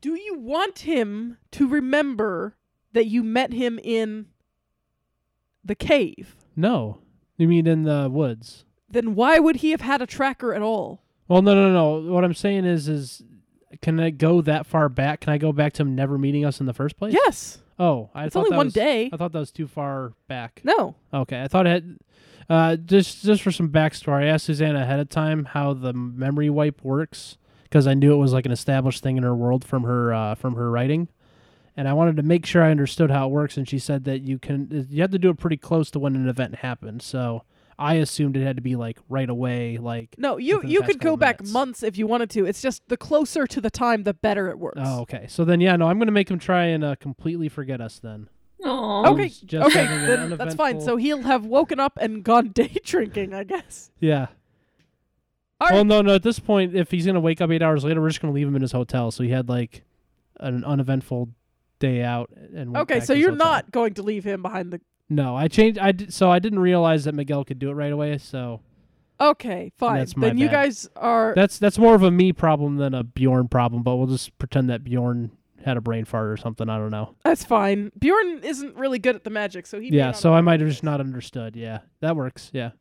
[SPEAKER 2] Do you want him to remember that you met him in the cave?
[SPEAKER 3] No. You mean in the woods?
[SPEAKER 2] Then why would he have had a tracker at all?
[SPEAKER 3] Well, no, no, no. What I'm saying is, is can I go that far back? Can I go back to him never meeting us in the first place?
[SPEAKER 2] Yes.
[SPEAKER 3] Oh, I
[SPEAKER 2] It's
[SPEAKER 3] thought
[SPEAKER 2] only
[SPEAKER 3] that
[SPEAKER 2] one
[SPEAKER 3] was-
[SPEAKER 2] day.
[SPEAKER 3] I thought that was too far back.
[SPEAKER 2] No.
[SPEAKER 3] Okay, I thought it had. Uh, just just for some backstory, I asked Suzanne ahead of time how the memory wipe works because I knew it was like an established thing in her world from her uh, from her writing, and I wanted to make sure I understood how it works. And she said that you can uh, you have to do it pretty close to when an event happened. So I assumed it had to be like right away. Like
[SPEAKER 2] No, you
[SPEAKER 3] Within the
[SPEAKER 2] you
[SPEAKER 3] past
[SPEAKER 2] could go
[SPEAKER 3] couple
[SPEAKER 2] back
[SPEAKER 3] minutes.
[SPEAKER 2] months if you wanted to. It's just the closer to the time the better it works.
[SPEAKER 3] oh okay, so then yeah, no, I'm gonna make him try and uh, completely forget us then.
[SPEAKER 4] Aww.
[SPEAKER 2] Okay.
[SPEAKER 3] Who's just
[SPEAKER 2] okay.
[SPEAKER 3] having an
[SPEAKER 2] Then that's fine.
[SPEAKER 3] uneventful-
[SPEAKER 2] So he'll have woken up and gone <laughs> day drinking, I guess.
[SPEAKER 3] Yeah.
[SPEAKER 2] All
[SPEAKER 3] Well,
[SPEAKER 2] right.
[SPEAKER 3] no, no. At this point, if he's gonna wake up eight hours later, we're just gonna leave him in his hotel. So he had like an uneventful day out. And went
[SPEAKER 2] Okay,
[SPEAKER 3] back
[SPEAKER 2] so
[SPEAKER 3] to his
[SPEAKER 2] you're
[SPEAKER 3] hotel.
[SPEAKER 2] not going to leave him behind the
[SPEAKER 3] No, I changed. I did, so I didn't realize that Miguel could do it right away. So
[SPEAKER 2] Okay, fine.
[SPEAKER 3] That's my
[SPEAKER 2] then you
[SPEAKER 3] bad.
[SPEAKER 2] guys are
[SPEAKER 3] that's that's more of a me problem than a Bjorn problem. But we'll just pretend that Bjorn had a brain fart or something. I don't know.
[SPEAKER 2] that's fine. Bjorn isn't really good at the magic, so he may
[SPEAKER 3] yeah.
[SPEAKER 2] not
[SPEAKER 3] So
[SPEAKER 2] have-
[SPEAKER 3] I might have just not understood. Yeah, that works. Yeah.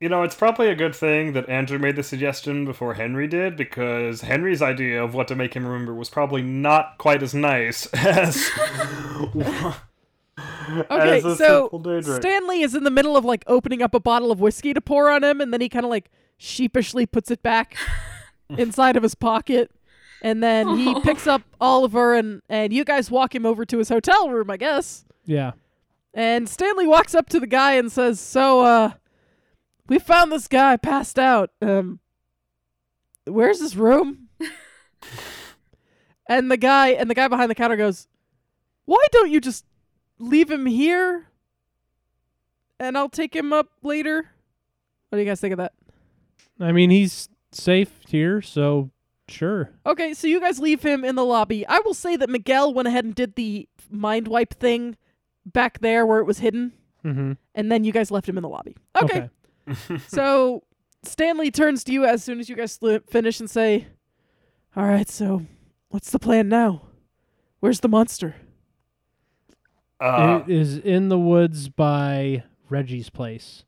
[SPEAKER 5] You know, it's probably a good thing that Andrew made the suggestion before Henry did, because Henry's idea of what to make him remember was probably not quite as nice <laughs> as.
[SPEAKER 2] <laughs> Okay,
[SPEAKER 5] as a
[SPEAKER 2] so
[SPEAKER 5] simple day drink.
[SPEAKER 2] Stanley is in the middle of like opening up a bottle of whiskey to pour on him, and then he kind of like sheepishly puts it back inside of his pocket, and then he
[SPEAKER 4] Aw.
[SPEAKER 2] picks up Oliver and and you guys walk him over to his hotel room, I guess.
[SPEAKER 3] Yeah.
[SPEAKER 2] And Stanley walks up to the guy and says, "So, uh, we found this guy passed out. Um, where's his room?" and the guy and the guy behind the counter goes, "Why don't you just leave him here? And I'll take him up later." What do you guys think of that?
[SPEAKER 3] I mean, he's safe here, so sure.
[SPEAKER 2] Okay, so you guys leave him in the lobby. I will say that Miguel went ahead and did the mind wipe thing back there where it was hidden,
[SPEAKER 3] Mm-hmm.
[SPEAKER 2] and then you guys left him in the lobby. okay. <laughs> so Stanley turns to you as soon as you guys sli- finish and say, All right, so what's the plan now? Where's the monster?
[SPEAKER 5] Uh,
[SPEAKER 3] it is in the woods by Reggie's place.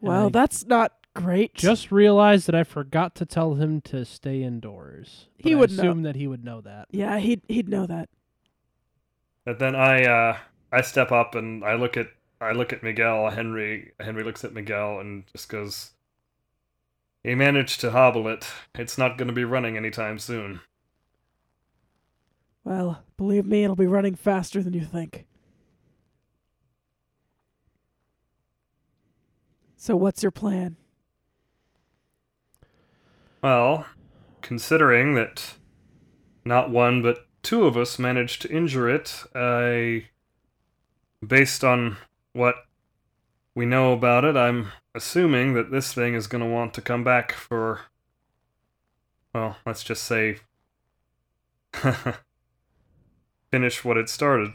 [SPEAKER 3] And
[SPEAKER 2] Well,
[SPEAKER 3] I
[SPEAKER 2] that's not great.
[SPEAKER 3] just realized that I forgot to tell him to stay indoors. but
[SPEAKER 2] He
[SPEAKER 3] I
[SPEAKER 2] would know.
[SPEAKER 3] assume that he would know that.
[SPEAKER 2] yeah, he'd he'd know that.
[SPEAKER 5] and then I uh, I step up and I look at I look at Miguel. Henry Henry looks at Miguel and just goes, "He managed to hobble it. It's not going to be running anytime soon."
[SPEAKER 2] Well, believe me, it'll be running faster than you think. So what's your plan?
[SPEAKER 5] Well, considering that not one but two of us managed to injure it, I, based on what we know about it, I'm assuming that this thing is going to want to come back for, well, let's just say, <laughs> finish what it started.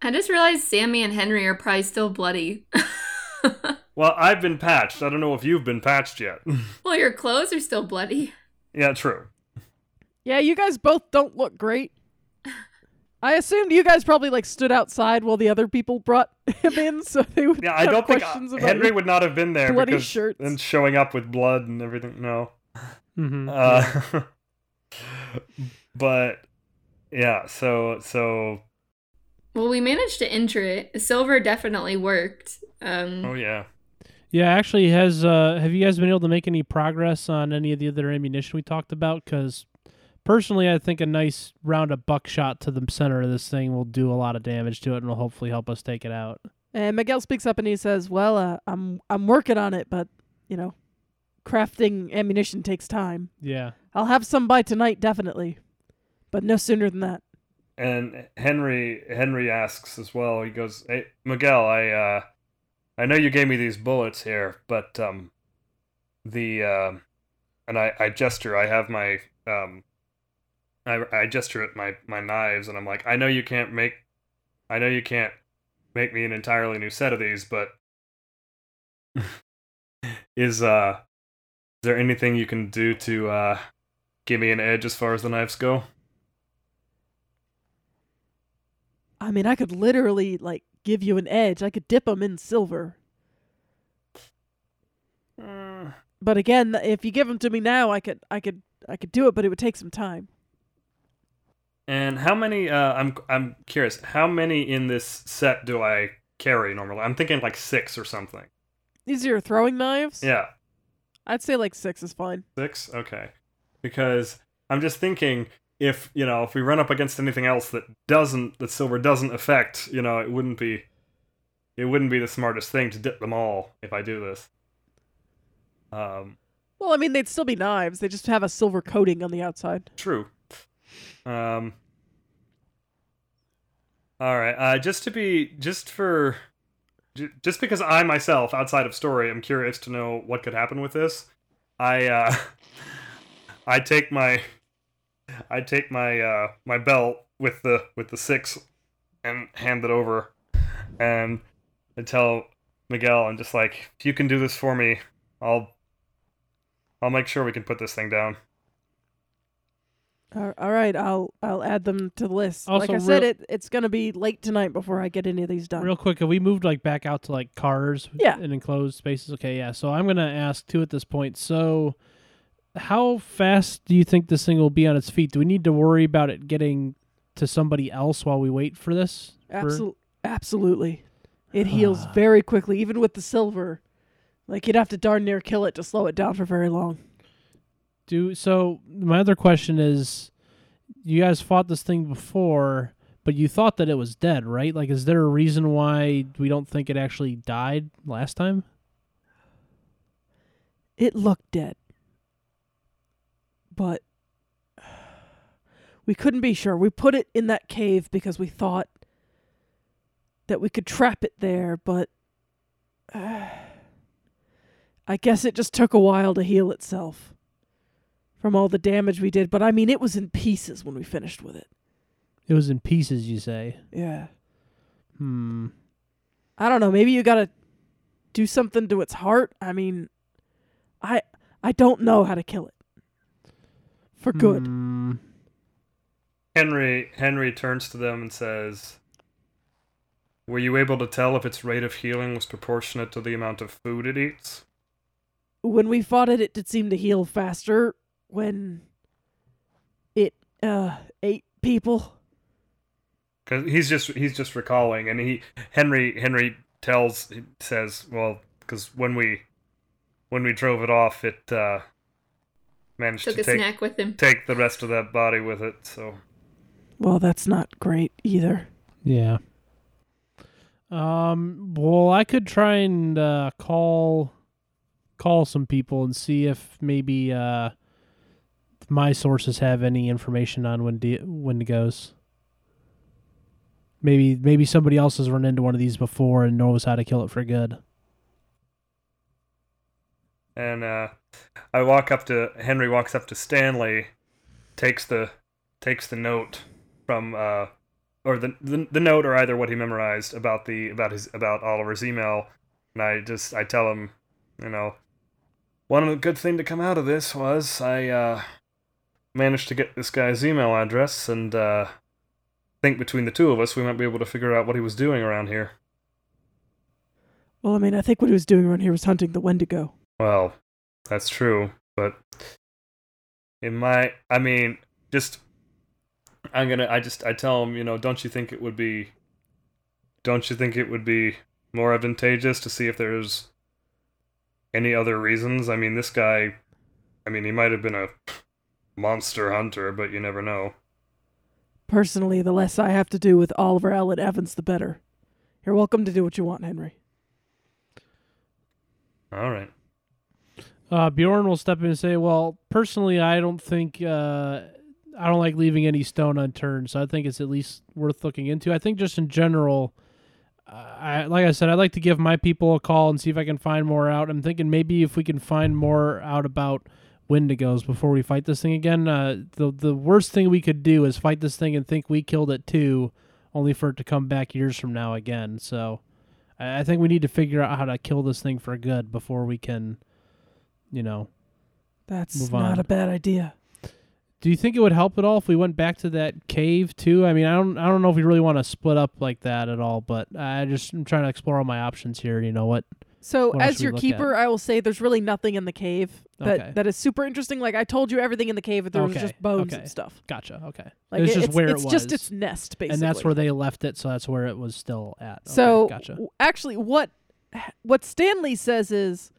[SPEAKER 4] I just realized Sammy and Henry are probably still bloody. <laughs>
[SPEAKER 5] Well, I've been patched. I don't know if you've been patched yet. <laughs>
[SPEAKER 4] well, your clothes are still bloody.
[SPEAKER 5] yeah, true.
[SPEAKER 2] Yeah, you guys both don't look
[SPEAKER 5] <laughs>
[SPEAKER 2] great. I assumed you guys probably like stood outside while the other people brought <laughs> him in, so they would
[SPEAKER 5] <laughs> Yeah, I
[SPEAKER 2] have
[SPEAKER 5] don't think uh,
[SPEAKER 2] questions about
[SPEAKER 5] Henry
[SPEAKER 2] it.
[SPEAKER 5] would not have been there
[SPEAKER 2] bloody
[SPEAKER 5] because
[SPEAKER 2] shirts.
[SPEAKER 5] and showing up with blood and everything. No.
[SPEAKER 3] Mm-hmm.
[SPEAKER 5] Uh, <laughs> but yeah, so so
[SPEAKER 4] Well, we managed to injure it. Silver definitely worked. Um,
[SPEAKER 5] oh yeah.
[SPEAKER 3] Yeah, actually, has uh, have you guys been able to make any progress on any of the other ammunition we talked about? Because personally, I think a nice round of buckshot to the center of this thing will do a lot of damage to it, and will hopefully help us take it out.
[SPEAKER 2] And Miguel speaks up and he says, "Well, uh, I'm I'm working on it, but you know, crafting ammunition takes time.
[SPEAKER 3] Yeah,
[SPEAKER 2] I'll have some by tonight, definitely, but no sooner than that."
[SPEAKER 5] And Henry Henry asks as well. He goes, "Hey Miguel, I uh I know you gave me these bullets here, but um the um and I I gesture. I have my um I I gesture at my my knives and I'm like, "I know you can't make I know you can't make me an entirely new set of these, but <laughs> is uh is there anything you can do to uh give me an edge as far as the knives go?"
[SPEAKER 2] I mean, I could literally like give you an edge. I could dip 'em in silver,
[SPEAKER 5] Mm.
[SPEAKER 2] but again, th- if you give 'em to me now, I could I could I could do it, but it would take some time.
[SPEAKER 5] And how many? Uh, I'm I'm curious. How many in this set do I carry normally? I'm thinking like six or something.
[SPEAKER 2] These are your throwing knives.
[SPEAKER 5] Yeah,
[SPEAKER 2] I'd say like six is fine.
[SPEAKER 5] six. Okay, because I'm just thinking if you know if we run up against anything else that doesn't that silver doesn't affect, you know, it wouldn't be it wouldn't be the smartest thing to dip them all if I do this. Um,
[SPEAKER 2] Well, I mean, they'd still be knives. They just have a silver coating on the outside.
[SPEAKER 5] True. Um. All right. Uh, just to be, just for, ju- just because I myself, outside of story, am curious to know what could happen with this. I, uh, <laughs> I take my, I take my, uh, my belt with the with the six, and hand it over, and I tell Miguel, I'm just like, if you can do this for me, I'll, I'll make sure we can put this thing down.
[SPEAKER 2] All all right, I'll I'll add them to the list. like
[SPEAKER 3] Also,
[SPEAKER 2] I said,
[SPEAKER 3] real-
[SPEAKER 2] it it's gonna be late tonight before I get any of these done.
[SPEAKER 3] real quick, have we moved like back out to like cars?
[SPEAKER 2] Yeah.
[SPEAKER 3] and enclosed spaces. Okay, yeah. So I'm gonna ask two at this point. So, how fast do you think this thing will be on its feet? Do we need to worry about it getting to somebody else while we wait for this? For-
[SPEAKER 2] Absol- absolutely,
[SPEAKER 3] <sighs>
[SPEAKER 2] it heals very quickly, even with the silver. Like you'd have to darn near kill it to slow it down for very long.
[SPEAKER 3] Do so. My other question is, you guys fought this thing before, but you thought that it was dead, right? Like, is there a reason why we don't think it actually died last time?
[SPEAKER 2] It looked dead, but we couldn't be sure. We put it in that cave because we thought that we could trap it there, but <sighs> I guess it just took a while to heal itself from all the damage we did. But I mean, it was in pieces when we finished with it.
[SPEAKER 3] It was in pieces, you say.
[SPEAKER 2] Yeah.
[SPEAKER 3] Hmm.
[SPEAKER 2] I don't know. Maybe you gotta do something to its heart. I mean, I I don't know how to kill it for good.
[SPEAKER 3] Hmm.
[SPEAKER 5] Henry Henry turns to them and says, "Were you able to tell if its rate of healing was proportionate to the amount of food it eats?"
[SPEAKER 2] When we fought it, it did seem to heal faster when it uh ate people.
[SPEAKER 5] Because he's just he's just recalling, and he Henry Henry tells he says, "Well, because when we when we drove it off, it uh, managed
[SPEAKER 4] Took
[SPEAKER 5] to
[SPEAKER 4] a
[SPEAKER 5] take
[SPEAKER 4] snack with him.
[SPEAKER 5] take the rest of that body with it." So
[SPEAKER 2] Well, that's not great either.
[SPEAKER 3] Yeah. Um. Well, I could try and uh, call call some people and see if maybe uh, my sources have any information on when de- when it goes. Maybe maybe somebody else has run into one of these before and knows how to kill it for good.
[SPEAKER 5] and uh, I walk up to Henry walks up to Stanley, takes the takes the note from uh, or the, the the note or either what he memorized about the about his about Oliver's email, and I just I tell him, you know, one good thing to come out of this was I uh, managed to get this guy's email address and uh, think between the two of us we might be able to figure out what he was doing around here.
[SPEAKER 2] Well, I mean, I think what he was doing around here was hunting the Wendigo.
[SPEAKER 5] Well, that's true, but in my, I mean, just I'm gonna, I just, I tell him, you know, don't you think it would be, don't you think it would be more advantageous to see if there's any other reasons? I mean, this guy, I mean, he might have been a monster hunter, but you never know.
[SPEAKER 2] Personally, the less I have to do with Oliver Allen Evans, the better. You're welcome to do what you want, Henry.
[SPEAKER 5] All right.
[SPEAKER 3] Uh, Bjorn will step in and say, "Well, personally, I don't think uh, I don't like leaving any stone unturned. So I think it's at least worth looking into. I think just in general, uh, I like I said, I'd like to give my people a call and see if I can find more out. I'm thinking maybe if we can find more out about Wendigos before we fight this thing again. Uh, the the worst thing we could do is fight this thing and think we killed it too, only for it to come back years from now again. So I, I think we need to figure out how to kill this thing for good before we can." You know,
[SPEAKER 2] That's
[SPEAKER 3] Move
[SPEAKER 2] not
[SPEAKER 3] on.
[SPEAKER 2] a bad idea.
[SPEAKER 3] Do you think it would help at all if we went back to that cave too? I mean, I don't, I don't know if we really want to split up like that at all, but I just am trying to explore all my options here. You know what?
[SPEAKER 2] So,
[SPEAKER 3] What else
[SPEAKER 2] as
[SPEAKER 3] should we
[SPEAKER 2] your
[SPEAKER 3] look
[SPEAKER 2] keeper, I will say there's really nothing in the cave that,
[SPEAKER 3] Okay.
[SPEAKER 2] that is super interesting. Like, I told you everything in the cave, but there was
[SPEAKER 3] Okay,
[SPEAKER 2] just bones
[SPEAKER 3] okay.
[SPEAKER 2] and stuff.
[SPEAKER 3] Gotcha. Okay,
[SPEAKER 2] Like,
[SPEAKER 3] it's
[SPEAKER 2] it-
[SPEAKER 3] just
[SPEAKER 2] it's,
[SPEAKER 3] where
[SPEAKER 2] it's
[SPEAKER 3] it was,
[SPEAKER 2] just its nest, basically.
[SPEAKER 3] and that's where they left it, so that's where it was still at. Okay,
[SPEAKER 2] So
[SPEAKER 3] gotcha.
[SPEAKER 2] w- actually, what what Stanley says is,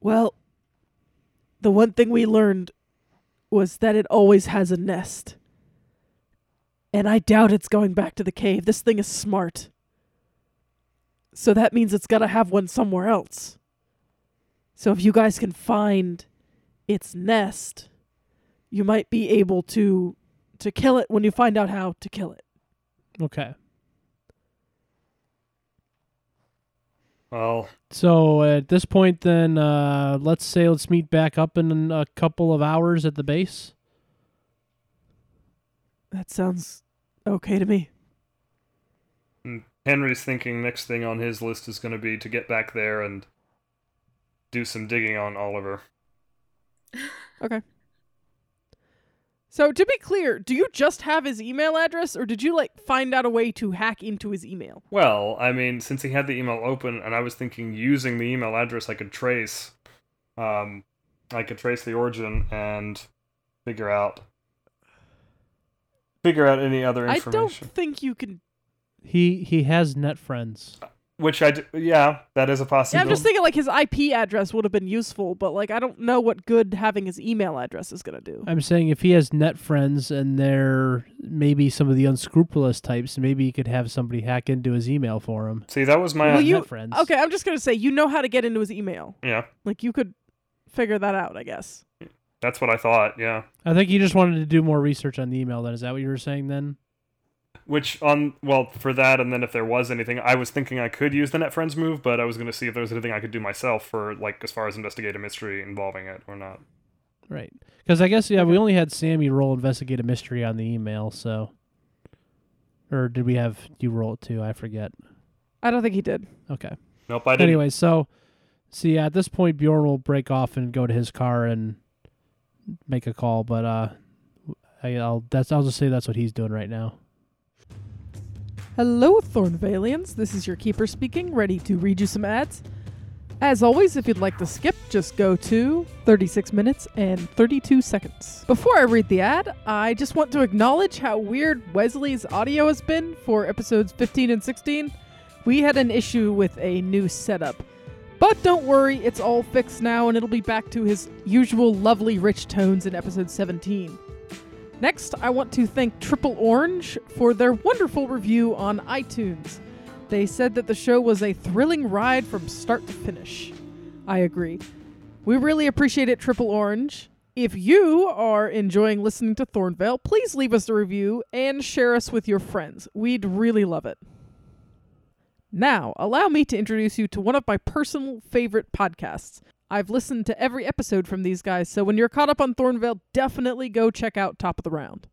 [SPEAKER 2] well, the one thing we learned was that it always has a nest, and I doubt it's going back to the cave. This thing is smart, so that means it's got to have one somewhere else. So if you guys can find its nest, you might be able to to kill it when you find out how to kill it.
[SPEAKER 3] Okay.
[SPEAKER 5] Well,
[SPEAKER 3] So at this point, then uh, let's say let's meet back up in a couple of hours at the base.
[SPEAKER 2] That sounds okay to me.
[SPEAKER 5] Henry's thinking next thing on his list is going to be to get back there and do some digging on Oliver.
[SPEAKER 2] So to be clear, do you just have his email address or did you like find out a way to hack into his email?
[SPEAKER 5] Well, I mean, since he had the email open, and I was thinking using the email address, I could trace, um, I could trace the origin and figure out, figure out any other
[SPEAKER 2] I don't
[SPEAKER 5] information.
[SPEAKER 2] think you can
[SPEAKER 3] He he has net friends.
[SPEAKER 5] Which I, d- yeah, that is a
[SPEAKER 2] yeah,
[SPEAKER 5] possibility.
[SPEAKER 2] I'm just thinking like his IP address would have been useful, but like I don't know what good having his email address is gonna do.
[SPEAKER 3] I'm saying if he has net friends and they're maybe some of the unscrupulous types, maybe he could have somebody hack into his email for him.
[SPEAKER 5] See, that was my,
[SPEAKER 2] Well, you-
[SPEAKER 3] net friends.
[SPEAKER 2] Okay, I'm just gonna say you know how to get into his email.
[SPEAKER 5] yeah,
[SPEAKER 2] Like you could figure that out, I guess.
[SPEAKER 5] that's what I thought. Yeah,
[SPEAKER 3] I think you just wanted to do more research on the email. Then is that what you were saying? Then
[SPEAKER 5] which on well for that, and then if there was anything, I was thinking I could use the net friends move, but I was going to see if there was anything I could do myself for like as far as investigate a mystery involving it or not.
[SPEAKER 3] right? Because I guess yeah, we only had Sammy roll investigate a mystery on the email. So, or did we have you roll it too? I forget.
[SPEAKER 2] I don't think he did.
[SPEAKER 3] Okay.
[SPEAKER 5] Nope, I didn't.
[SPEAKER 3] Anyway, so see, at this point, Bjorn will break off and go to his car and make a call. But uh, I, I'll that's I'll just say that's what he's doing right now.
[SPEAKER 2] Hello, Thornvalians. This is your keeper speaking, ready to read you some ads. As always, if you'd like to skip, just go to 36 minutes and 32 seconds. Before I read the ad, I just want to acknowledge how weird Wesley's audio has been for episodes 15 and 16. We had an issue with a new setup. But don't worry, it's all fixed now and it'll be back to his usual lovely rich tones in episode 17. Next, I want to thank Triple Orange for their wonderful review on iTunes. They said that the show was a thrilling ride from start to finish. I agree. We really appreciate it, Triple Orange. If you are enjoying listening to Thornvale, please leave us a review and share us with your friends. We'd really love it. Now, allow me to introduce you to one of my personal favorite podcasts. I've listened to every episode from these guys, so when you're caught up on Thornvale, definitely go check out Top of the Round.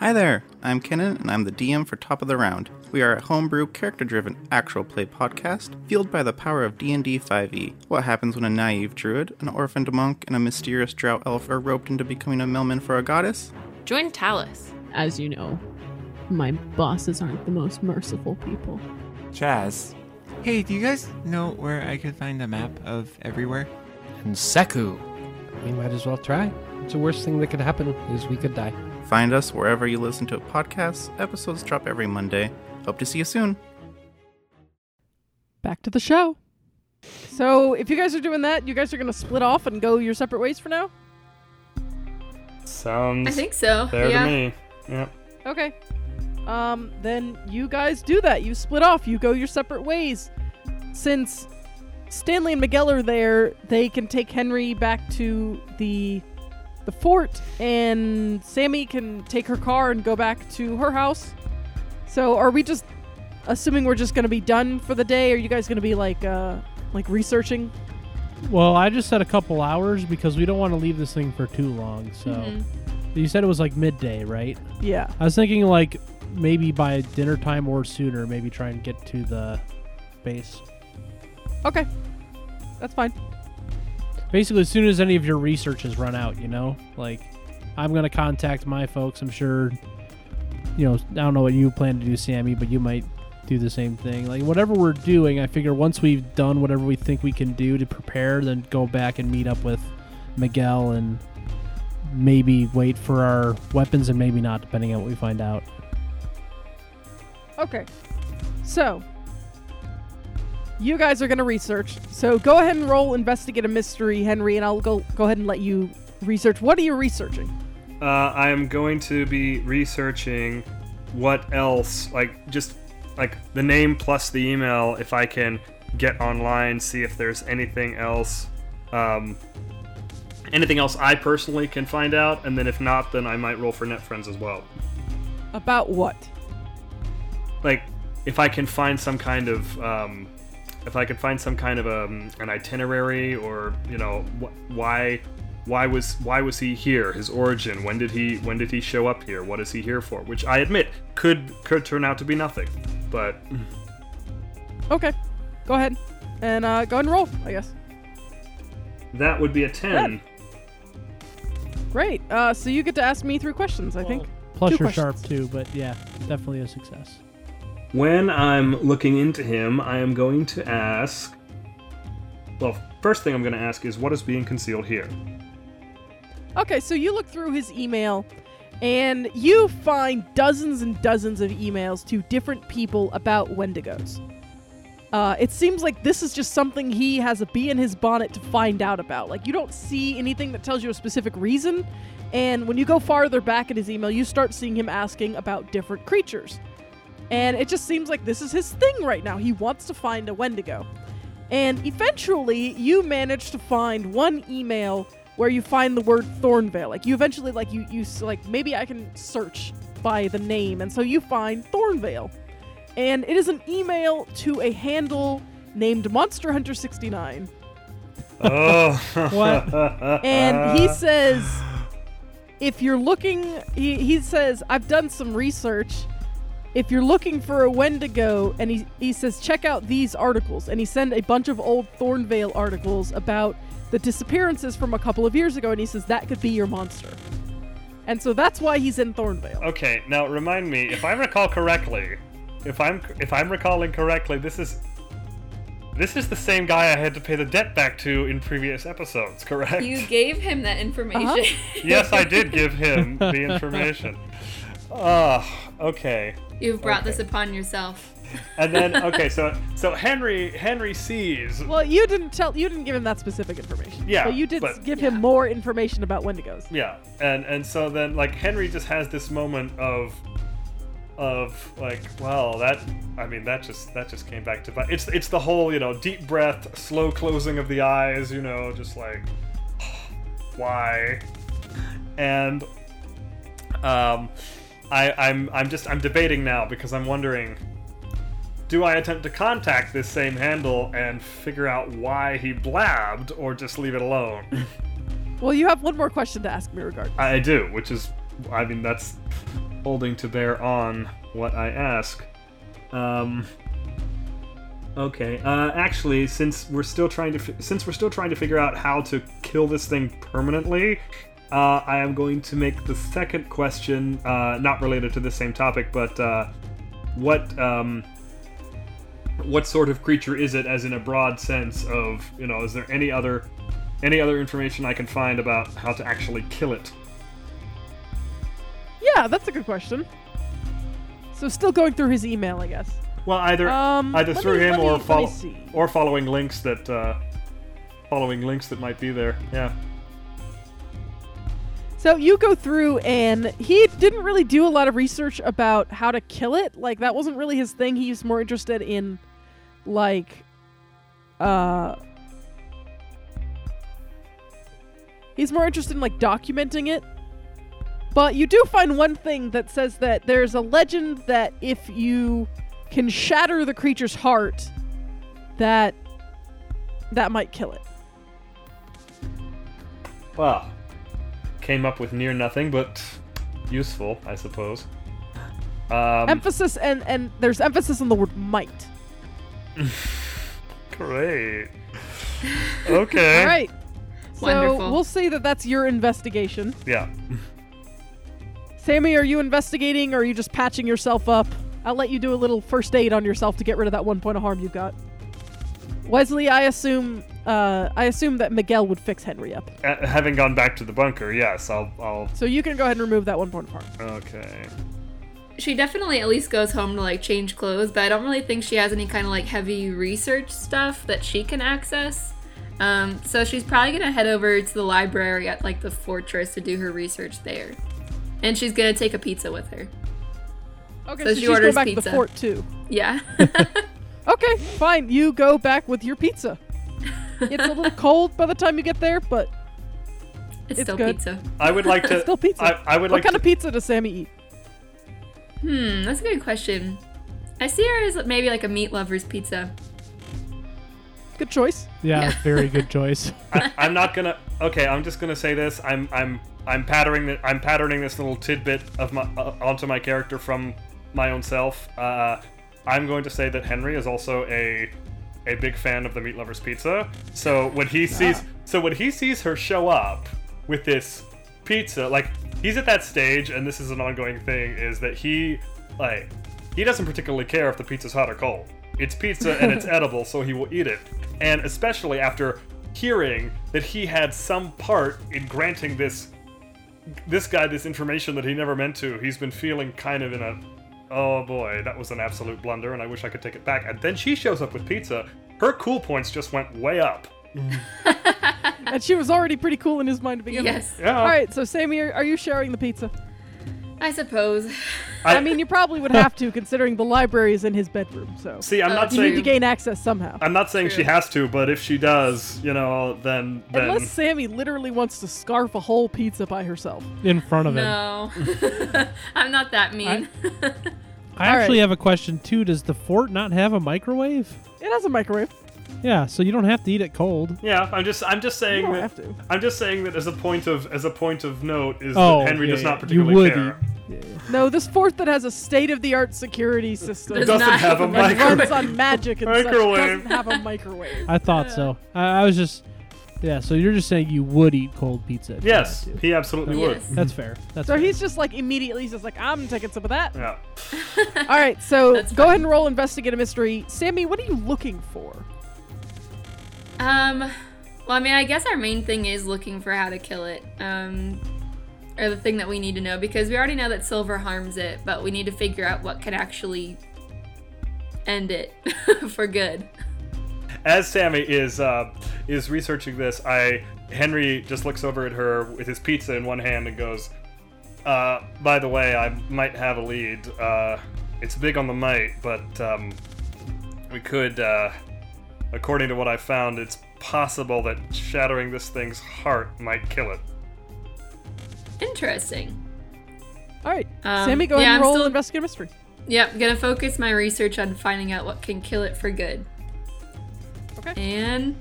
[SPEAKER 6] Hi there, I'm Kenan, and I'm the DM for Top of the Round. We are a homebrew, character-driven, actual play podcast fueled by the power of D&D 5e. E. What happens when a naive druid, an orphaned monk, and a mysterious drow elf are roped into becoming a millman for a goddess?
[SPEAKER 7] Join Talus.
[SPEAKER 8] As you know, my bosses aren't the most merciful people.
[SPEAKER 9] Chaz. Hey, do you guys know where I could find a map of everywhere?
[SPEAKER 10] and Seku.
[SPEAKER 11] We might as well try. It's the worst thing that could happen is we could die.
[SPEAKER 6] Find us wherever you listen to podcasts. Episodes drop every Monday. Hope to see you soon.
[SPEAKER 2] Back to the show. So, if you guys are doing that, you guys are going to split off and go your separate ways for now?
[SPEAKER 5] Sounds
[SPEAKER 4] I think so.
[SPEAKER 5] fair
[SPEAKER 4] yeah.
[SPEAKER 5] to me. Yep.
[SPEAKER 2] Okay. Um, then you guys do that. You split off. You go your separate ways. Since Stanley and Miguel are there, they can take Henry back to the the fort, and Sammy can take her car and go back to her house. So, are we just assuming we're just gonna be done for the day? Are you guys gonna be like uh like researching?
[SPEAKER 3] Well, I just said a couple hours because we don't want to leave this thing for too long. So
[SPEAKER 4] Mhm.
[SPEAKER 3] you said it was like midday, right?
[SPEAKER 2] Yeah.
[SPEAKER 3] I was thinking like maybe by dinner time or sooner, maybe try and get to the base.
[SPEAKER 2] Okay. That's fine.
[SPEAKER 3] Basically, as soon as any of your research has run out, you know, like I'm gonna contact my folks. I'm sure, you know, I don't know what you plan to do, Sammy, but you might do the same thing. Like whatever we're doing, I figure once we've done whatever we think we can do to prepare, then go back and meet up with Miguel and maybe wait for our weapons and maybe not, depending on what we find out.
[SPEAKER 2] Okay. So, you guys are going to research. So, go ahead and roll investigate a mystery, Henry, and I'll go go ahead and let you research. What are you researching?
[SPEAKER 5] Uh, I am going to be researching what else, like just like the name plus the email, if I can get online, see if there's anything else, um, anything else I personally can find out, and then if not, then I might roll for net friends as well.
[SPEAKER 2] About what?
[SPEAKER 5] Like if I can find some kind of, um, if I could find some kind of um, an itinerary or you know wh- why. Why was why was he here? His origin. When did he when did he show up here? What is he here for? Which I admit could could turn out to be nothing, but
[SPEAKER 2] Okay. Go ahead and uh, go ahead and roll, I guess.
[SPEAKER 5] that would be a ten.
[SPEAKER 2] Great. Uh, so, you get to ask me three questions, I think.
[SPEAKER 3] Plus,
[SPEAKER 2] Two
[SPEAKER 3] you're
[SPEAKER 2] questions.
[SPEAKER 3] sharp too, but yeah, definitely a success.
[SPEAKER 5] When I'm looking into him, I am going to ask. Well, first thing I'm going to ask is what is being concealed here. <laughs>
[SPEAKER 2] Okay, so you look through his email and you find dozens and dozens of emails to different people about Wendigos. Uh, it seems like this is just something he has a bee in his bonnet to find out about. Like, you don't see anything that tells you a specific reason. And when you go farther back in his email, you start seeing him asking about different creatures. And it just seems like this is his thing right now. He wants to find a Wendigo. And eventually, you manage to find one email where you find the word Thornvale. Like you eventually, like you, you s- like maybe I can search by the name, and so you find Thornvale, and it is an email to a handle named Monster Hunter 69,
[SPEAKER 5] oh.
[SPEAKER 2] and
[SPEAKER 5] Uh.
[SPEAKER 2] he says, if you're looking, he, he says I've done some research. If you're looking for a Wendigo, and he, he says, check out these articles. And he sent a bunch of old Thornvale articles about the disappearances from a couple of years ago. And he says, that could be your monster. And so that's why he's in Thornvale.
[SPEAKER 5] Okay, now remind me if I recall correctly, if I'm if I'm recalling correctly, this is this is the same guy I had to pay the debt back to in previous episodes, correct? <laughs>
[SPEAKER 4] You gave him
[SPEAKER 3] Uh-huh.
[SPEAKER 4] that information. <laughs>
[SPEAKER 5] yes, I did give him the information. Ah, okay.
[SPEAKER 4] You've brought this
[SPEAKER 5] Okay.
[SPEAKER 4] upon yourself.
[SPEAKER 5] And then okay, so so Henry Henry sees
[SPEAKER 2] Well, you didn't tell you didn't give him that specific information.
[SPEAKER 5] Yeah,
[SPEAKER 2] But you did
[SPEAKER 5] but-
[SPEAKER 2] give him more information about Wendigos.
[SPEAKER 5] yeah and and so then like henry just has this moment of of like well that i mean that just that just came back to bite it's it's the whole you know deep breath slow closing of the eyes you know just like <sighs> why and um i i'm i'm just i'm debating now because i'm wondering do I attempt to contact this same handle and figure out why he blabbed, or just leave it alone? <laughs>
[SPEAKER 2] Well, you have one more question to ask me regarding.
[SPEAKER 5] I do, which is, I mean, that's holding to bear on what I ask. Um. Okay. Uh, actually, since we're still trying to, fi- since we're still trying to figure out how to kill this thing permanently, uh, I am going to make the second question, uh, not related to the same topic, but uh, what, um, what sort of creature is it, as in a broad sense of, you know, is there any other any other information I can find about how to actually kill it.
[SPEAKER 2] Yeah, that's a good question. So still going through his email, I guess.
[SPEAKER 5] Well, either
[SPEAKER 2] Um,
[SPEAKER 5] either
[SPEAKER 2] let
[SPEAKER 5] through
[SPEAKER 2] me-
[SPEAKER 5] him
[SPEAKER 2] let me-
[SPEAKER 5] or
[SPEAKER 2] let me
[SPEAKER 5] follow
[SPEAKER 2] see.
[SPEAKER 5] or following links that uh, following links that might be there. Yeah.
[SPEAKER 2] So you go through, and he didn't really do a lot of research about how to kill it. Like that wasn't really his thing. He was more interested in, like, uh, he's more interested in like documenting it. But you do find one thing that says that there's a legend that if you can shatter the creature's heart, that that might kill it.
[SPEAKER 5] Well, came up with near nothing, but useful, I suppose. Um,
[SPEAKER 2] emphasis and and there's emphasis on the word might. <laughs>
[SPEAKER 5] great. Okay.
[SPEAKER 2] All right. So
[SPEAKER 4] Wonderful.
[SPEAKER 2] we'll say that that's your investigation.
[SPEAKER 5] Yeah.
[SPEAKER 2] Sammy, are you investigating or are you just patching yourself up? I'll let you do a little first aid on yourself to get rid of that one point of harm you've got. Wesley, I assume uh, I assume that Miguel would fix Henry up.
[SPEAKER 5] Uh, having gone back to the bunker, yes, I'll. I'll
[SPEAKER 2] So you can go ahead and remove that one point of harm.
[SPEAKER 5] okay.
[SPEAKER 4] She definitely at least goes home to like change clothes, but I don't really think she has any kind of like heavy research stuff that she can access. Um, so she's probably gonna head over to the library at like the fortress to do her research there, and she's gonna take a pizza with her.
[SPEAKER 2] Okay,
[SPEAKER 4] So
[SPEAKER 2] so,
[SPEAKER 4] she
[SPEAKER 2] she's going
[SPEAKER 4] orders
[SPEAKER 2] back to
[SPEAKER 4] pizza.
[SPEAKER 2] the fort too.
[SPEAKER 4] Yeah. <laughs>
[SPEAKER 2] Okay, fine. You go back with your
[SPEAKER 4] <laughs>
[SPEAKER 2] pizza. It's a little cold by the time you get there, but
[SPEAKER 4] It's,
[SPEAKER 2] It's
[SPEAKER 4] still
[SPEAKER 2] good.
[SPEAKER 4] pizza.
[SPEAKER 5] I would like
[SPEAKER 2] <laughs>
[SPEAKER 5] to.
[SPEAKER 2] still pizza.
[SPEAKER 5] I, I would
[SPEAKER 2] what
[SPEAKER 5] like
[SPEAKER 2] kind
[SPEAKER 5] to.
[SPEAKER 2] of pizza does Sammy eat?
[SPEAKER 4] Hmm, that's a good question. I see her as maybe like a meat lover's pizza.
[SPEAKER 2] Good choice.
[SPEAKER 3] Yeah, <laughs> very good choice.
[SPEAKER 5] I, I'm not gonna. Okay, I'm just gonna say this. I'm I'm I'm patterning the, I'm patterning this little tidbit of my uh, onto my character from my own self. Uh, I'm going to say that Henry is also a a big fan of the meat lovers pizza. So when he sees so when he sees her show up with this pizza, like he's at that stage, and this is an ongoing thing, is that he like he doesn't particularly care if the pizza's hot or cold. It's pizza and it's edible, so he will eat it. And especially after hearing that he had some part in granting this this guy this information that he never meant to, he's been feeling kind of in a oh boy, that was an absolute blunder and I wish I could take it back. And then she shows up with pizza. Her cool points just went way up.
[SPEAKER 2] And she was already pretty cool in his mind to begin with.
[SPEAKER 4] Yes,
[SPEAKER 5] Yeah.
[SPEAKER 2] All right, so Sammy, are, are you sharing the pizza?
[SPEAKER 4] I suppose. <laughs>
[SPEAKER 2] I mean, you probably would have to, considering the library is in his bedroom. So
[SPEAKER 5] See, I'm
[SPEAKER 4] Uh,
[SPEAKER 5] not
[SPEAKER 4] do
[SPEAKER 2] you need to
[SPEAKER 5] saying
[SPEAKER 2] gain access somehow.
[SPEAKER 5] I'm not saying she
[SPEAKER 4] True.
[SPEAKER 5] has to, but if she does, you know, then then
[SPEAKER 2] Unless Sammy literally wants to scarf a whole pizza by herself.
[SPEAKER 3] In front of him.
[SPEAKER 4] No, <laughs> I'm not that mean.
[SPEAKER 3] I
[SPEAKER 2] All
[SPEAKER 3] actually
[SPEAKER 2] right.
[SPEAKER 3] have a question too. Does the fort not have a microwave?
[SPEAKER 2] It has a microwave.
[SPEAKER 3] Yeah, so you don't have to eat it cold.
[SPEAKER 5] yeah, I'm just I'm just
[SPEAKER 2] You
[SPEAKER 5] saying
[SPEAKER 2] don't
[SPEAKER 5] that
[SPEAKER 2] have to.
[SPEAKER 5] I'm just saying that as a point of as a point of note is
[SPEAKER 3] Oh,
[SPEAKER 5] that Henry
[SPEAKER 3] yeah,
[SPEAKER 5] does
[SPEAKER 3] yeah.
[SPEAKER 5] not
[SPEAKER 3] You
[SPEAKER 5] particularly
[SPEAKER 3] would
[SPEAKER 5] care.
[SPEAKER 2] No, this fort that has a state-of-the-art security system
[SPEAKER 5] It
[SPEAKER 4] Does
[SPEAKER 2] and
[SPEAKER 5] doesn't
[SPEAKER 4] not-
[SPEAKER 5] have
[SPEAKER 4] <laughs>
[SPEAKER 5] a
[SPEAKER 4] it
[SPEAKER 5] microwave.
[SPEAKER 2] runs on magic and such
[SPEAKER 5] Microwave.
[SPEAKER 2] doesn't have a microwave.
[SPEAKER 3] I thought so. I, I was just Yeah, so you're just saying you would eat cold pizza. if you
[SPEAKER 5] Yes,
[SPEAKER 3] had to.
[SPEAKER 5] he absolutely
[SPEAKER 4] Yes.
[SPEAKER 5] would.
[SPEAKER 3] That's fair. That's
[SPEAKER 2] So
[SPEAKER 3] fair.
[SPEAKER 2] he's just like immediately, he's just like, I'm taking some of that.
[SPEAKER 5] Yeah.
[SPEAKER 2] All right,
[SPEAKER 5] <laughs>
[SPEAKER 2] so
[SPEAKER 4] That's
[SPEAKER 2] go ahead and roll investigate a mystery. Sammy, what are you looking for?
[SPEAKER 4] Um, well, I mean, I guess our main thing is looking for how to kill it. Um, or the thing that we need to know because we already know that silver harms it, but we need to figure out what can actually end it <laughs> for good.
[SPEAKER 5] As Sammy is uh, is researching this, I Henry just looks over at her with his pizza in one hand and goes, uh, "By the way, I might have a lead. Uh, it's big on the might, but um, we could, uh, according to what I found, it's possible that shattering this thing's heart might kill it."
[SPEAKER 4] Interesting.
[SPEAKER 2] All right,
[SPEAKER 4] Um,
[SPEAKER 2] Sammy, go
[SPEAKER 4] yeah,
[SPEAKER 2] ahead and
[SPEAKER 4] I'm
[SPEAKER 2] roll
[SPEAKER 4] still-
[SPEAKER 2] investigate a mystery.
[SPEAKER 4] Yep, gonna focus my research on finding out what can kill it for good.
[SPEAKER 2] Okay.
[SPEAKER 4] And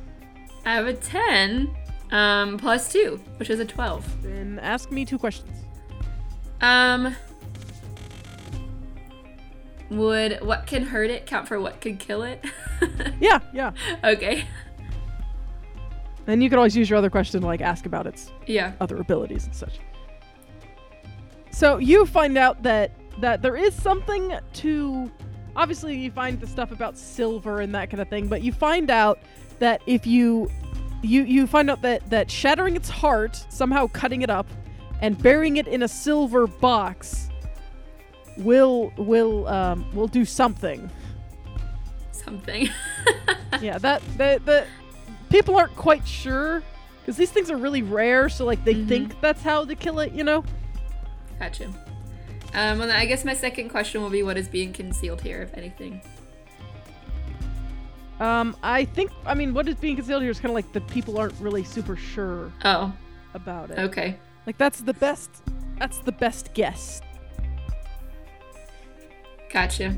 [SPEAKER 4] I have a 10 um, plus 2, which is a 12.
[SPEAKER 2] Then ask me two questions.
[SPEAKER 4] Um. Would what can hurt it count for what could kill it? <laughs>
[SPEAKER 2] Yeah, yeah.
[SPEAKER 4] okay.
[SPEAKER 2] And you can always use your other question to like ask about its
[SPEAKER 4] Yeah.
[SPEAKER 2] other abilities and such. So you find out that that there is something to obviously you find the stuff about silver and that kind of thing, but you find out that if you you you find out that that shattering its heart, somehow cutting it up and burying it in a silver box will will um, will do something.
[SPEAKER 4] Something. <laughs>
[SPEAKER 2] yeah, that the the people aren't quite sure because these things are really rare, so like they
[SPEAKER 4] Mm-hmm.
[SPEAKER 2] think that's how to kill it, you know.
[SPEAKER 4] gotcha. Um, and then I guess my second question will be what is being concealed here, if anything.
[SPEAKER 2] Um, I think I mean what is being concealed here is kind of like the people aren't really super sure
[SPEAKER 4] Oh,
[SPEAKER 2] about it.
[SPEAKER 4] okay.
[SPEAKER 2] Like that's the best. That's the best guess.
[SPEAKER 4] Gotcha.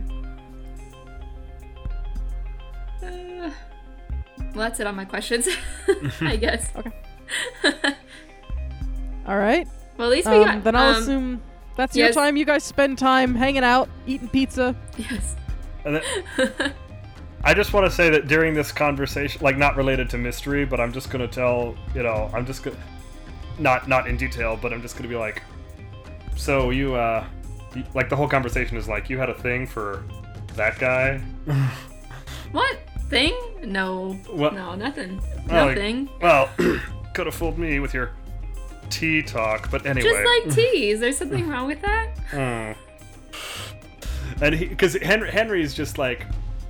[SPEAKER 4] Uh, well, that's it on my questions, <laughs>
[SPEAKER 2] <laughs>
[SPEAKER 4] I guess.
[SPEAKER 2] Okay. All right.
[SPEAKER 4] <laughs> Well, at least we
[SPEAKER 2] Um,
[SPEAKER 4] got.
[SPEAKER 2] then I'll
[SPEAKER 4] um,
[SPEAKER 2] assume that's your
[SPEAKER 4] yes.
[SPEAKER 2] time. You guys spend time hanging out, eating pizza.
[SPEAKER 4] <laughs> Yes. <laughs>
[SPEAKER 5] And then, I just want to say that during this conversation, like not related to mystery, but I'm just gonna tell you know I'm just gonna not not in detail, but I'm just gonna be like, so you uh, you, like the whole conversation is like you had a thing for that guy.
[SPEAKER 4] What thing? No.
[SPEAKER 5] What-
[SPEAKER 4] No, nothing.
[SPEAKER 5] Well,
[SPEAKER 4] Nothing.
[SPEAKER 5] Well, <clears throat> could have fooled me with your tea talk, but anyway.
[SPEAKER 4] Just like tea. Is
[SPEAKER 3] <laughs>
[SPEAKER 4] there something wrong with that?
[SPEAKER 5] Mm. And because Henry Henry's just like,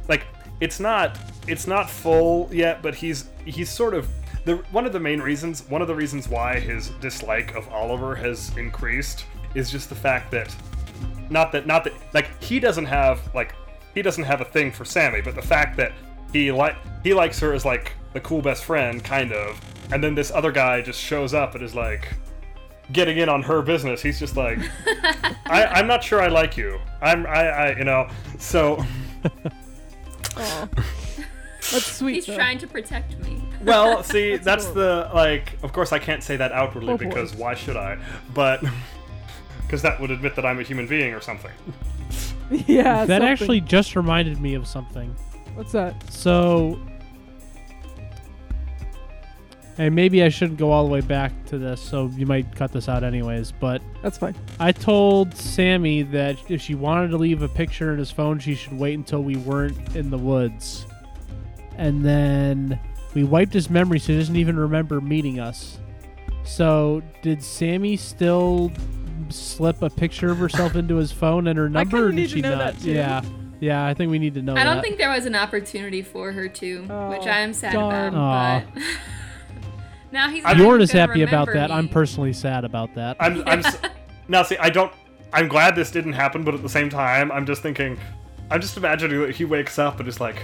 [SPEAKER 5] like it's not it's not full yet, but he's he's sort of the one of the main reasons one of the reasons why his dislike of Oliver has increased is just the fact that not that not that like he doesn't have like he doesn't have a thing for Sammy, but the fact that he like he likes her as like the cool best friend kind of, and then this other guy just shows up and is like getting in on her business. He's just like. I, I'm not sure I like you. I'm, I, I, you know, so. <laughs>
[SPEAKER 2] Aw. that's sweet.
[SPEAKER 4] He's
[SPEAKER 2] though.
[SPEAKER 4] trying to protect me.
[SPEAKER 3] Oh,
[SPEAKER 5] Well, see, that's the, like, of course I can't say that outwardly
[SPEAKER 2] Oh, boy.
[SPEAKER 5] because why should I? But, <laughs> because that would admit that I'm a human being or something.
[SPEAKER 2] <laughs> yeah.
[SPEAKER 3] that
[SPEAKER 2] something.
[SPEAKER 3] actually just reminded me of something.
[SPEAKER 2] What's that?
[SPEAKER 3] So, and maybe I shouldn't go all the way back to this, so you might cut this out anyways. But
[SPEAKER 2] That's fine.
[SPEAKER 3] I told Sammy that if she wanted to leave a picture in his phone, she should wait until we weren't in the woods. And then we wiped his memory, so he doesn't even remember meeting us. So, did Sammy still slip a picture of herself into his phone and her
[SPEAKER 2] I kinda
[SPEAKER 3] number? or did
[SPEAKER 2] need to
[SPEAKER 3] she
[SPEAKER 2] know
[SPEAKER 3] not?
[SPEAKER 2] that, too.
[SPEAKER 3] Yeah, yeah. I think we need to know.
[SPEAKER 4] I don't
[SPEAKER 3] that.
[SPEAKER 4] think there was an opportunity for her to, which
[SPEAKER 2] Oh,
[SPEAKER 4] I am sad
[SPEAKER 2] darn.
[SPEAKER 4] about. But <laughs> now he's. not
[SPEAKER 3] Bjorn is
[SPEAKER 4] gonna
[SPEAKER 3] happy about
[SPEAKER 4] remember
[SPEAKER 3] that. I'm
[SPEAKER 4] me.
[SPEAKER 3] personally sad about
[SPEAKER 5] <laughs>
[SPEAKER 3] that.
[SPEAKER 5] I'm, I'm, s- now see, I don't, I'm glad this didn't happen, but at the same time, I'm just thinking, I'm just imagining that he wakes up and is like,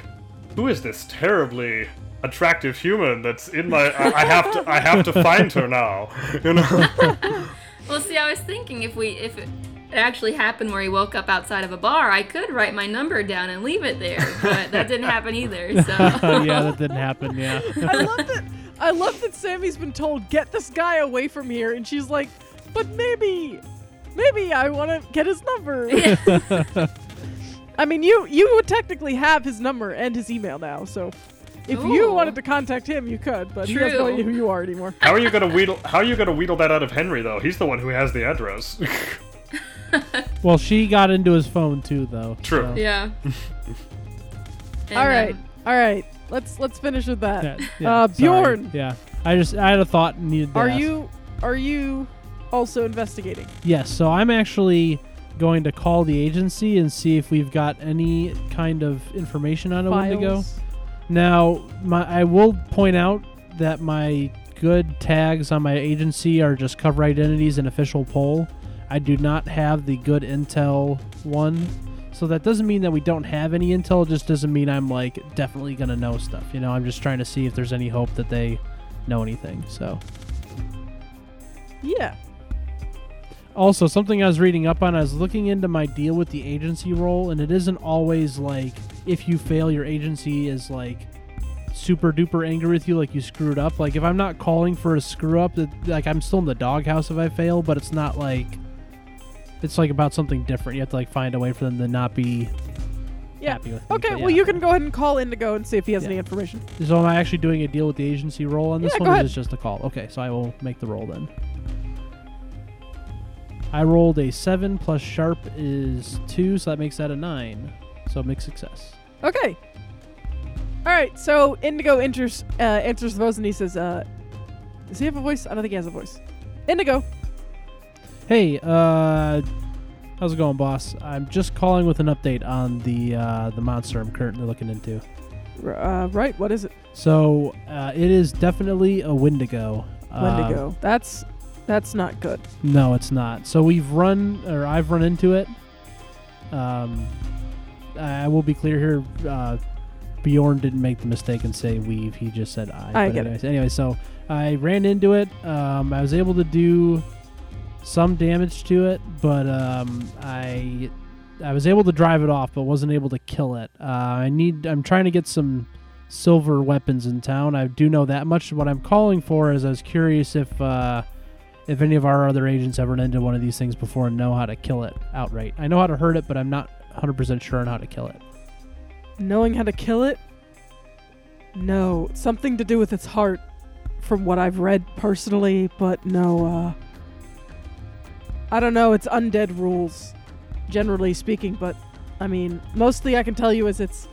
[SPEAKER 5] who is this terribly attractive human that's in my, I, I have to, I have to find her now, you know? <laughs>
[SPEAKER 4] Well, see, I was thinking if we if it actually happened where he woke up outside of a bar, I could write my number down and leave it there, but that didn't
[SPEAKER 3] <laughs>
[SPEAKER 4] happen either. So
[SPEAKER 3] Uh, yeah, that didn't happen. Yeah.
[SPEAKER 2] I love that. I love that Sammy's been told get this guy away from here, and she's like, but maybe, maybe I want to get his number. I mean, you you would technically have his number and his email now, so If you
[SPEAKER 4] Ooh.
[SPEAKER 2] wanted to contact him, you could, but he doesn't
[SPEAKER 4] True.
[SPEAKER 2] know who you are anymore.
[SPEAKER 5] How are you gonna wheedle? How are you gonna wheedle that out of Henry though? He's the one who has the address. <laughs>
[SPEAKER 3] Well, she got into his phone too, though.
[SPEAKER 5] True.
[SPEAKER 3] so- <laughs>
[SPEAKER 4] <laughs> Yeah. And,
[SPEAKER 2] All right,
[SPEAKER 4] um,
[SPEAKER 2] all right. Let's let's finish with <laughs> that.
[SPEAKER 3] Yeah, yeah,
[SPEAKER 2] uh,
[SPEAKER 3] sorry.
[SPEAKER 2] Bjorn,
[SPEAKER 3] Yeah, I just I had a thought. And needed to
[SPEAKER 2] are
[SPEAKER 3] ask.
[SPEAKER 2] you are you also investigating?
[SPEAKER 3] Yes. So I'm actually going to call the agency and see if we've got any kind of information on a Wendigo.
[SPEAKER 2] Files?
[SPEAKER 3] Now, my I will point out that my good tags on my agency are just cover identities and official poll. I do not have the good intel one. So that doesn't mean that we don't have any intel, it just doesn't mean I'm like definitely going to know stuff. You know, I'm just trying to see if there's any hope that they know anything. So
[SPEAKER 2] Yeah.
[SPEAKER 3] Also, something I was reading up on, I was looking into my deal with the agency role, and it isn't always like if you fail, your agency is like super duper angry with you, like you screwed up. Like if I'm not calling for a screw up, it, like I'm still in the doghouse if I fail, but it's not like it's like about something different. You have to like find a way for them to not be
[SPEAKER 2] Yeah.
[SPEAKER 3] happy with me.
[SPEAKER 2] Okay.
[SPEAKER 3] But
[SPEAKER 2] Well,
[SPEAKER 3] yeah.
[SPEAKER 2] you can go ahead and call Indigo and see if he has
[SPEAKER 3] Yeah.
[SPEAKER 2] any information.
[SPEAKER 3] So am I actually doing a deal with the agency role on this
[SPEAKER 2] Yeah, go
[SPEAKER 3] one, or
[SPEAKER 2] ahead.
[SPEAKER 3] is it just a call? Okay, so I will make the roll then. I rolled a seven plus sharp is two, so that makes that a nine. So mixed success.
[SPEAKER 2] Okay. All right. So Indigo enters, uh, answers the voice and he says, uh, "Does he have a voice? I don't think he has a voice." Indigo.
[SPEAKER 3] Hey, uh, how's it going, boss? I'm just calling with an update on the uh, the monster I'm currently looking into.
[SPEAKER 2] R- uh, right. What is it?
[SPEAKER 3] So uh, it is definitely a Wendigo. Uh,
[SPEAKER 2] Wendigo. that's that's not good.
[SPEAKER 3] No, it's not. So we've run, or I've run into it. Um, I I will be clear here. Uh, Bjorn didn't make the mistake and say we've. He just said I.
[SPEAKER 2] I
[SPEAKER 3] But
[SPEAKER 2] get it.
[SPEAKER 3] anyways, Anyway, so I ran into it. Um, I was able to do some damage to it, but um, I I was able to drive it off, but wasn't able to kill it. Uh, I need. I'm trying to get some silver weapons in town. I do know that much. What I'm calling for is I was curious if uh, if any of our other agents have run into one of these things before and know how to kill it outright. I know how to hurt it, but I'm not 100% sure on how to kill it.
[SPEAKER 2] Knowing how to kill it. No, something to do with its heart, from what I've read personally. But no. Uh, I don't know. It's undead rules, generally speaking. But I mean, mostly I can tell you is it's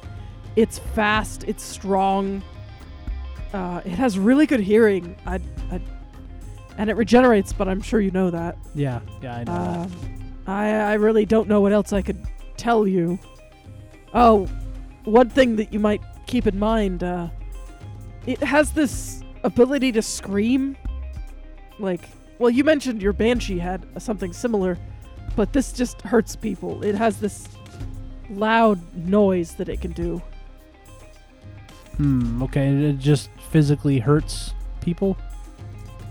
[SPEAKER 2] it's fast, it's strong, uh, it has really good hearing. I, I and it regenerates, but I'm sure you know that.
[SPEAKER 3] Yeah, yeah, I know. that.
[SPEAKER 2] Um, I, I really don't know what else I could tell you. Oh, one thing that you might keep in mind uh, it has this ability to scream. Like, well, you mentioned your Banshee had something similar, but this just hurts people. It has this loud noise that it can do.
[SPEAKER 3] Hmm, okay, it- it just physically hurts people?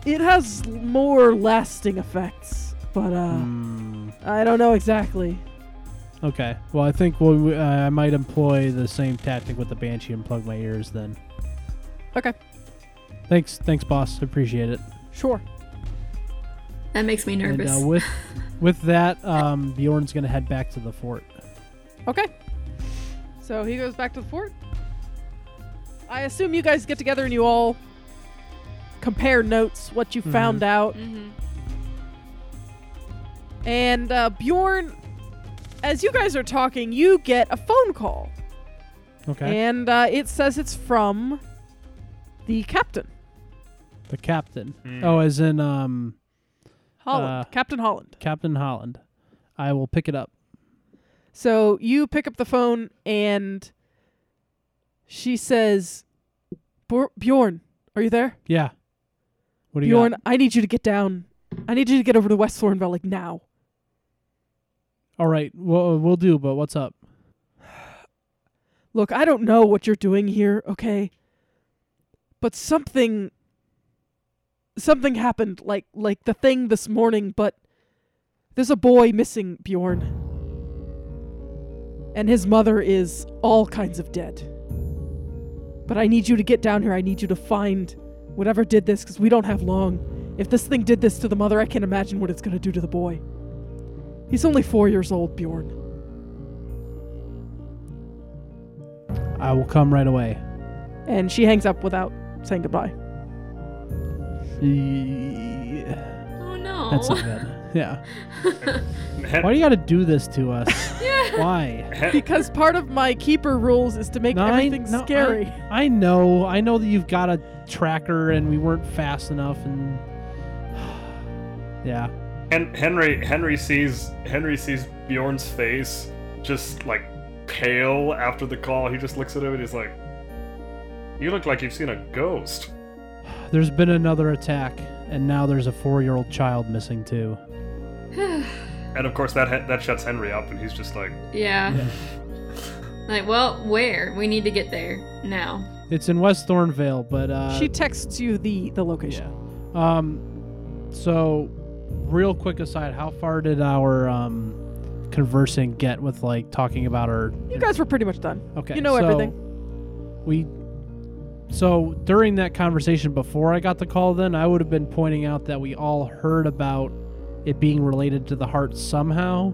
[SPEAKER 2] It has more lasting effects, but uh,
[SPEAKER 3] Hmm,
[SPEAKER 2] I don't know exactly.
[SPEAKER 3] okay. Well, I think we'll, we- uh, I might employ the same tactic with the Banshee and plug my ears then.
[SPEAKER 2] Okay.
[SPEAKER 3] Thanks, thanks, boss. Appreciate it.
[SPEAKER 2] Sure.
[SPEAKER 4] that makes me nervous.
[SPEAKER 3] And uh, with with that, um, Bjorn's gonna head back to the fort.
[SPEAKER 2] Okay. So he goes back to the fort. I assume you guys get together and you all compare notes, what
[SPEAKER 3] Mm-hmm.
[SPEAKER 2] you found out.
[SPEAKER 4] Mhm.
[SPEAKER 2] And uh, Bjorn, as you guys are talking, you get a phone call.
[SPEAKER 3] Okay.
[SPEAKER 2] And uh, it says it's from the captain,
[SPEAKER 3] the captain.
[SPEAKER 5] Hmm.
[SPEAKER 3] Oh, as in um,
[SPEAKER 2] Holland.
[SPEAKER 3] Uh.
[SPEAKER 2] captain Holland.
[SPEAKER 3] Captain Holland. I will pick it up.
[SPEAKER 2] So you pick up the phone and she says, "Bor- Bjorn, are you there?
[SPEAKER 3] Yeah. What do you
[SPEAKER 2] Bjorn,
[SPEAKER 3] got?
[SPEAKER 2] I need you to get down. I need you to get over to West Thornville like now.
[SPEAKER 3] All right, we'll, we'll do, but what's up?
[SPEAKER 2] Look, I don't know what you're doing here, okay? But something something happened like like the thing this morning, but there's a boy missing, Bjorn. And his mother is all kinds of dead. But I need you to get down here. I need you to find whatever did this cuz we don't have long. If this thing did this to the mother, I can't imagine what it's going to do to the boy. He's only 4 years old, Bjorn.
[SPEAKER 3] I will come right away.
[SPEAKER 1] And she hangs up without saying goodbye.
[SPEAKER 3] Yeah.
[SPEAKER 4] Oh no.
[SPEAKER 3] That's not good. Yeah.
[SPEAKER 5] Hen-
[SPEAKER 3] Why do you got to do this to us?
[SPEAKER 4] yeah.
[SPEAKER 3] Why?
[SPEAKER 5] Hen-
[SPEAKER 1] Because part of my keeper rules is to make
[SPEAKER 3] No, I-
[SPEAKER 1] everything
[SPEAKER 3] no, I-
[SPEAKER 1] scary.
[SPEAKER 3] I, know. I know that you've got a tracker and we weren't fast enough and <sighs> yeah.
[SPEAKER 5] Hen- Henry Henry sees Henry sees Bjorn's face just like pale after the call. He just looks at him and he's like, "You look like you've seen a ghost."
[SPEAKER 3] There's been another attack and now there's a 4-year-old child missing too. <laughs>
[SPEAKER 4] <laughs>
[SPEAKER 5] And of course that he- that shuts Henry up, and he's just like,
[SPEAKER 4] yeah. Like, well, where? We need to get there now.
[SPEAKER 3] It's in West Thornvale, but uh
[SPEAKER 1] she texts you the the location.
[SPEAKER 3] Yeah. Um, so, real quick aside, how far did our um, conversing get with like talking about our?
[SPEAKER 1] You guys were pretty much done.
[SPEAKER 3] okay,
[SPEAKER 1] you know
[SPEAKER 3] so
[SPEAKER 1] everything.
[SPEAKER 3] We. So during that conversation before I got the call, then I would have been pointing out that we all heard about it being related to the heart somehow,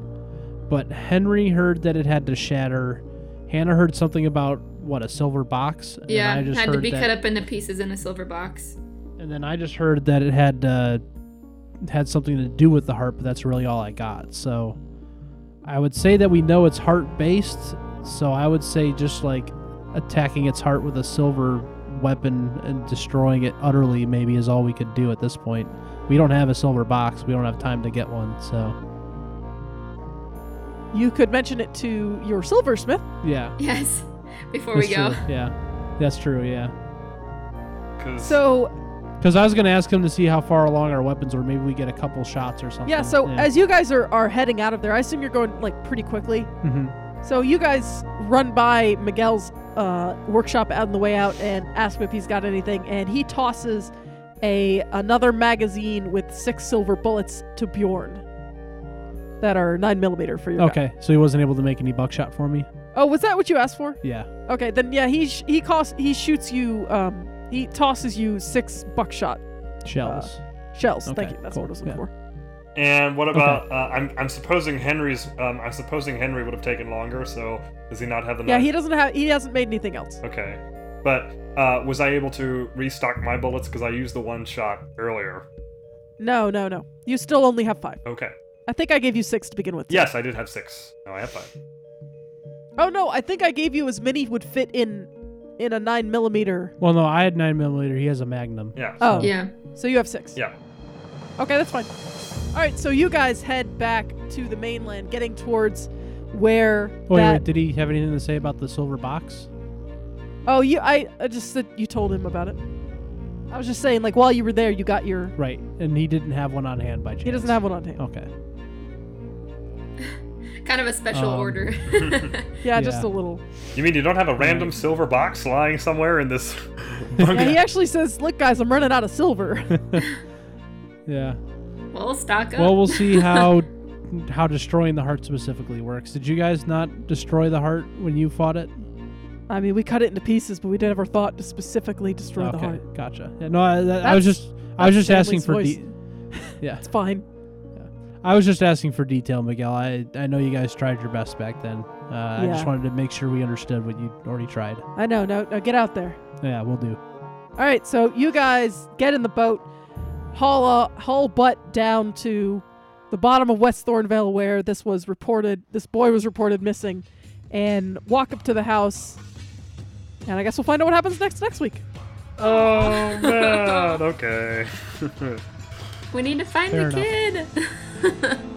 [SPEAKER 3] but Henry heard that it had to shatter. Hannah heard something about what a silver box. and then
[SPEAKER 4] yeah.
[SPEAKER 3] I just
[SPEAKER 4] Had to
[SPEAKER 3] heard
[SPEAKER 4] be
[SPEAKER 3] that-
[SPEAKER 4] cut up into pieces in a silver box. <laughs>
[SPEAKER 3] and then I just heard that it had uh, had something to do with the heart, but that's really all I got. So I would say that we know it's heart based. So I would say just like attacking its heart with a silver weapon and destroying it utterly maybe is all we could do at this point. We don't have a silver box. We don't have time to get one. So
[SPEAKER 1] You could mention it to your silversmith.
[SPEAKER 3] yeah,
[SPEAKER 4] Yes. Before
[SPEAKER 3] that's
[SPEAKER 4] we go.
[SPEAKER 3] true. Yeah, that's true. Yeah.
[SPEAKER 5] "Cause
[SPEAKER 1] So
[SPEAKER 3] Because I was gonna ask him to see how far along our weapons were. Maybe we get a couple shots or something.
[SPEAKER 1] yeah, so as you guys are, are heading out of there, I assume you're going like pretty quickly.
[SPEAKER 3] Mhm.
[SPEAKER 1] So you guys run by Miguel's uh, workshop on the way out and ask him if he's got anything, and he tosses a another magazine with six silver bullets to Bjorn that are nine millimeter for your gun.
[SPEAKER 3] Okay, so he wasn't able to make any buckshot for me.
[SPEAKER 1] Oh, was that what you asked for?
[SPEAKER 3] Yeah.
[SPEAKER 1] Okay, then yeah, he sh- he costs he shoots you um he tosses you six buckshot
[SPEAKER 3] Shells.
[SPEAKER 1] Uh, shells. Thank
[SPEAKER 3] Okay,
[SPEAKER 1] you. That's
[SPEAKER 3] cool,
[SPEAKER 1] what I was looking
[SPEAKER 3] yeah.
[SPEAKER 1] for.
[SPEAKER 5] And what about? Uh, I'm I'm supposing Henry's. Um, I'm supposing Henry would have taken longer. So does he not have the?
[SPEAKER 1] Yeah,
[SPEAKER 5] knife?
[SPEAKER 1] he doesn't have he hasn't made anything else.
[SPEAKER 5] Okay, but uh, was I able to restock my bullets because I used the one shot earlier?
[SPEAKER 1] No, no, no. You still only have five.
[SPEAKER 5] Okay.
[SPEAKER 1] I think I gave you six to begin with.
[SPEAKER 5] Yes, I did have six. No, I have five.
[SPEAKER 1] Oh no, I think I gave you as many would fit in in a nine millimeter.
[SPEAKER 3] Well, no, I had nine millimeter. He has a Magnum. Um,
[SPEAKER 5] Yeah.
[SPEAKER 1] Oh,
[SPEAKER 4] Yeah.
[SPEAKER 1] so you have six.
[SPEAKER 5] Yeah.
[SPEAKER 1] Okay, that's fine. All right, so you guys head back to the mainland, getting towards where
[SPEAKER 3] Wait,
[SPEAKER 1] that.
[SPEAKER 3] wait, did he have anything to say about the silver box?
[SPEAKER 1] Oh, you. I, I just said you told him about it. I was just saying, like while you were there, you got your.
[SPEAKER 3] Right, and he didn't have one on hand by chance.
[SPEAKER 1] He doesn't have one on hand.
[SPEAKER 3] Okay.
[SPEAKER 4] Kind of a special
[SPEAKER 3] Um,
[SPEAKER 4] order. <laughs>
[SPEAKER 1] Yeah, just
[SPEAKER 3] Oh,
[SPEAKER 1] a
[SPEAKER 3] Yeah.
[SPEAKER 1] little.
[SPEAKER 5] You mean you don't have a random silver box lying somewhere in this?
[SPEAKER 1] Yeah, he actually says, "Look, guys, I'm running out of silver." <laughs>
[SPEAKER 3] Yeah.
[SPEAKER 4] well, stock up.
[SPEAKER 3] Well,
[SPEAKER 1] <laughs>
[SPEAKER 3] we'll see how how destroying the heart specifically works. Did you guys not destroy the heart when you fought it?
[SPEAKER 1] I mean, we cut it into pieces, but we never thought to specifically destroy
[SPEAKER 3] okay,
[SPEAKER 1] the heart.
[SPEAKER 3] gotcha. Yeah, no, I, that- I was
[SPEAKER 1] That's-
[SPEAKER 3] just I was
[SPEAKER 1] that's
[SPEAKER 3] just asking
[SPEAKER 1] Stanley's
[SPEAKER 3] for
[SPEAKER 1] voice.
[SPEAKER 3] de- yeah.
[SPEAKER 1] It's fine.
[SPEAKER 3] I was just asking for detail, Miguel. I I know you guys tried your best back then. Uh, I
[SPEAKER 1] Yeah.
[SPEAKER 3] just wanted to make sure we understood what you already tried.
[SPEAKER 1] I know. No, no, get out there.
[SPEAKER 3] Yeah, we'll do.
[SPEAKER 1] All right, so you guys get in the boat, haul uh, haul butt down to the bottom of West Thornvale, where this was reported. This boy was reported missing, and walk up to the house. And I guess we'll find out what happens next next week.
[SPEAKER 5] oh man. Okay. <laughs>
[SPEAKER 4] we need to find
[SPEAKER 3] Fair
[SPEAKER 4] the kid. <laughs>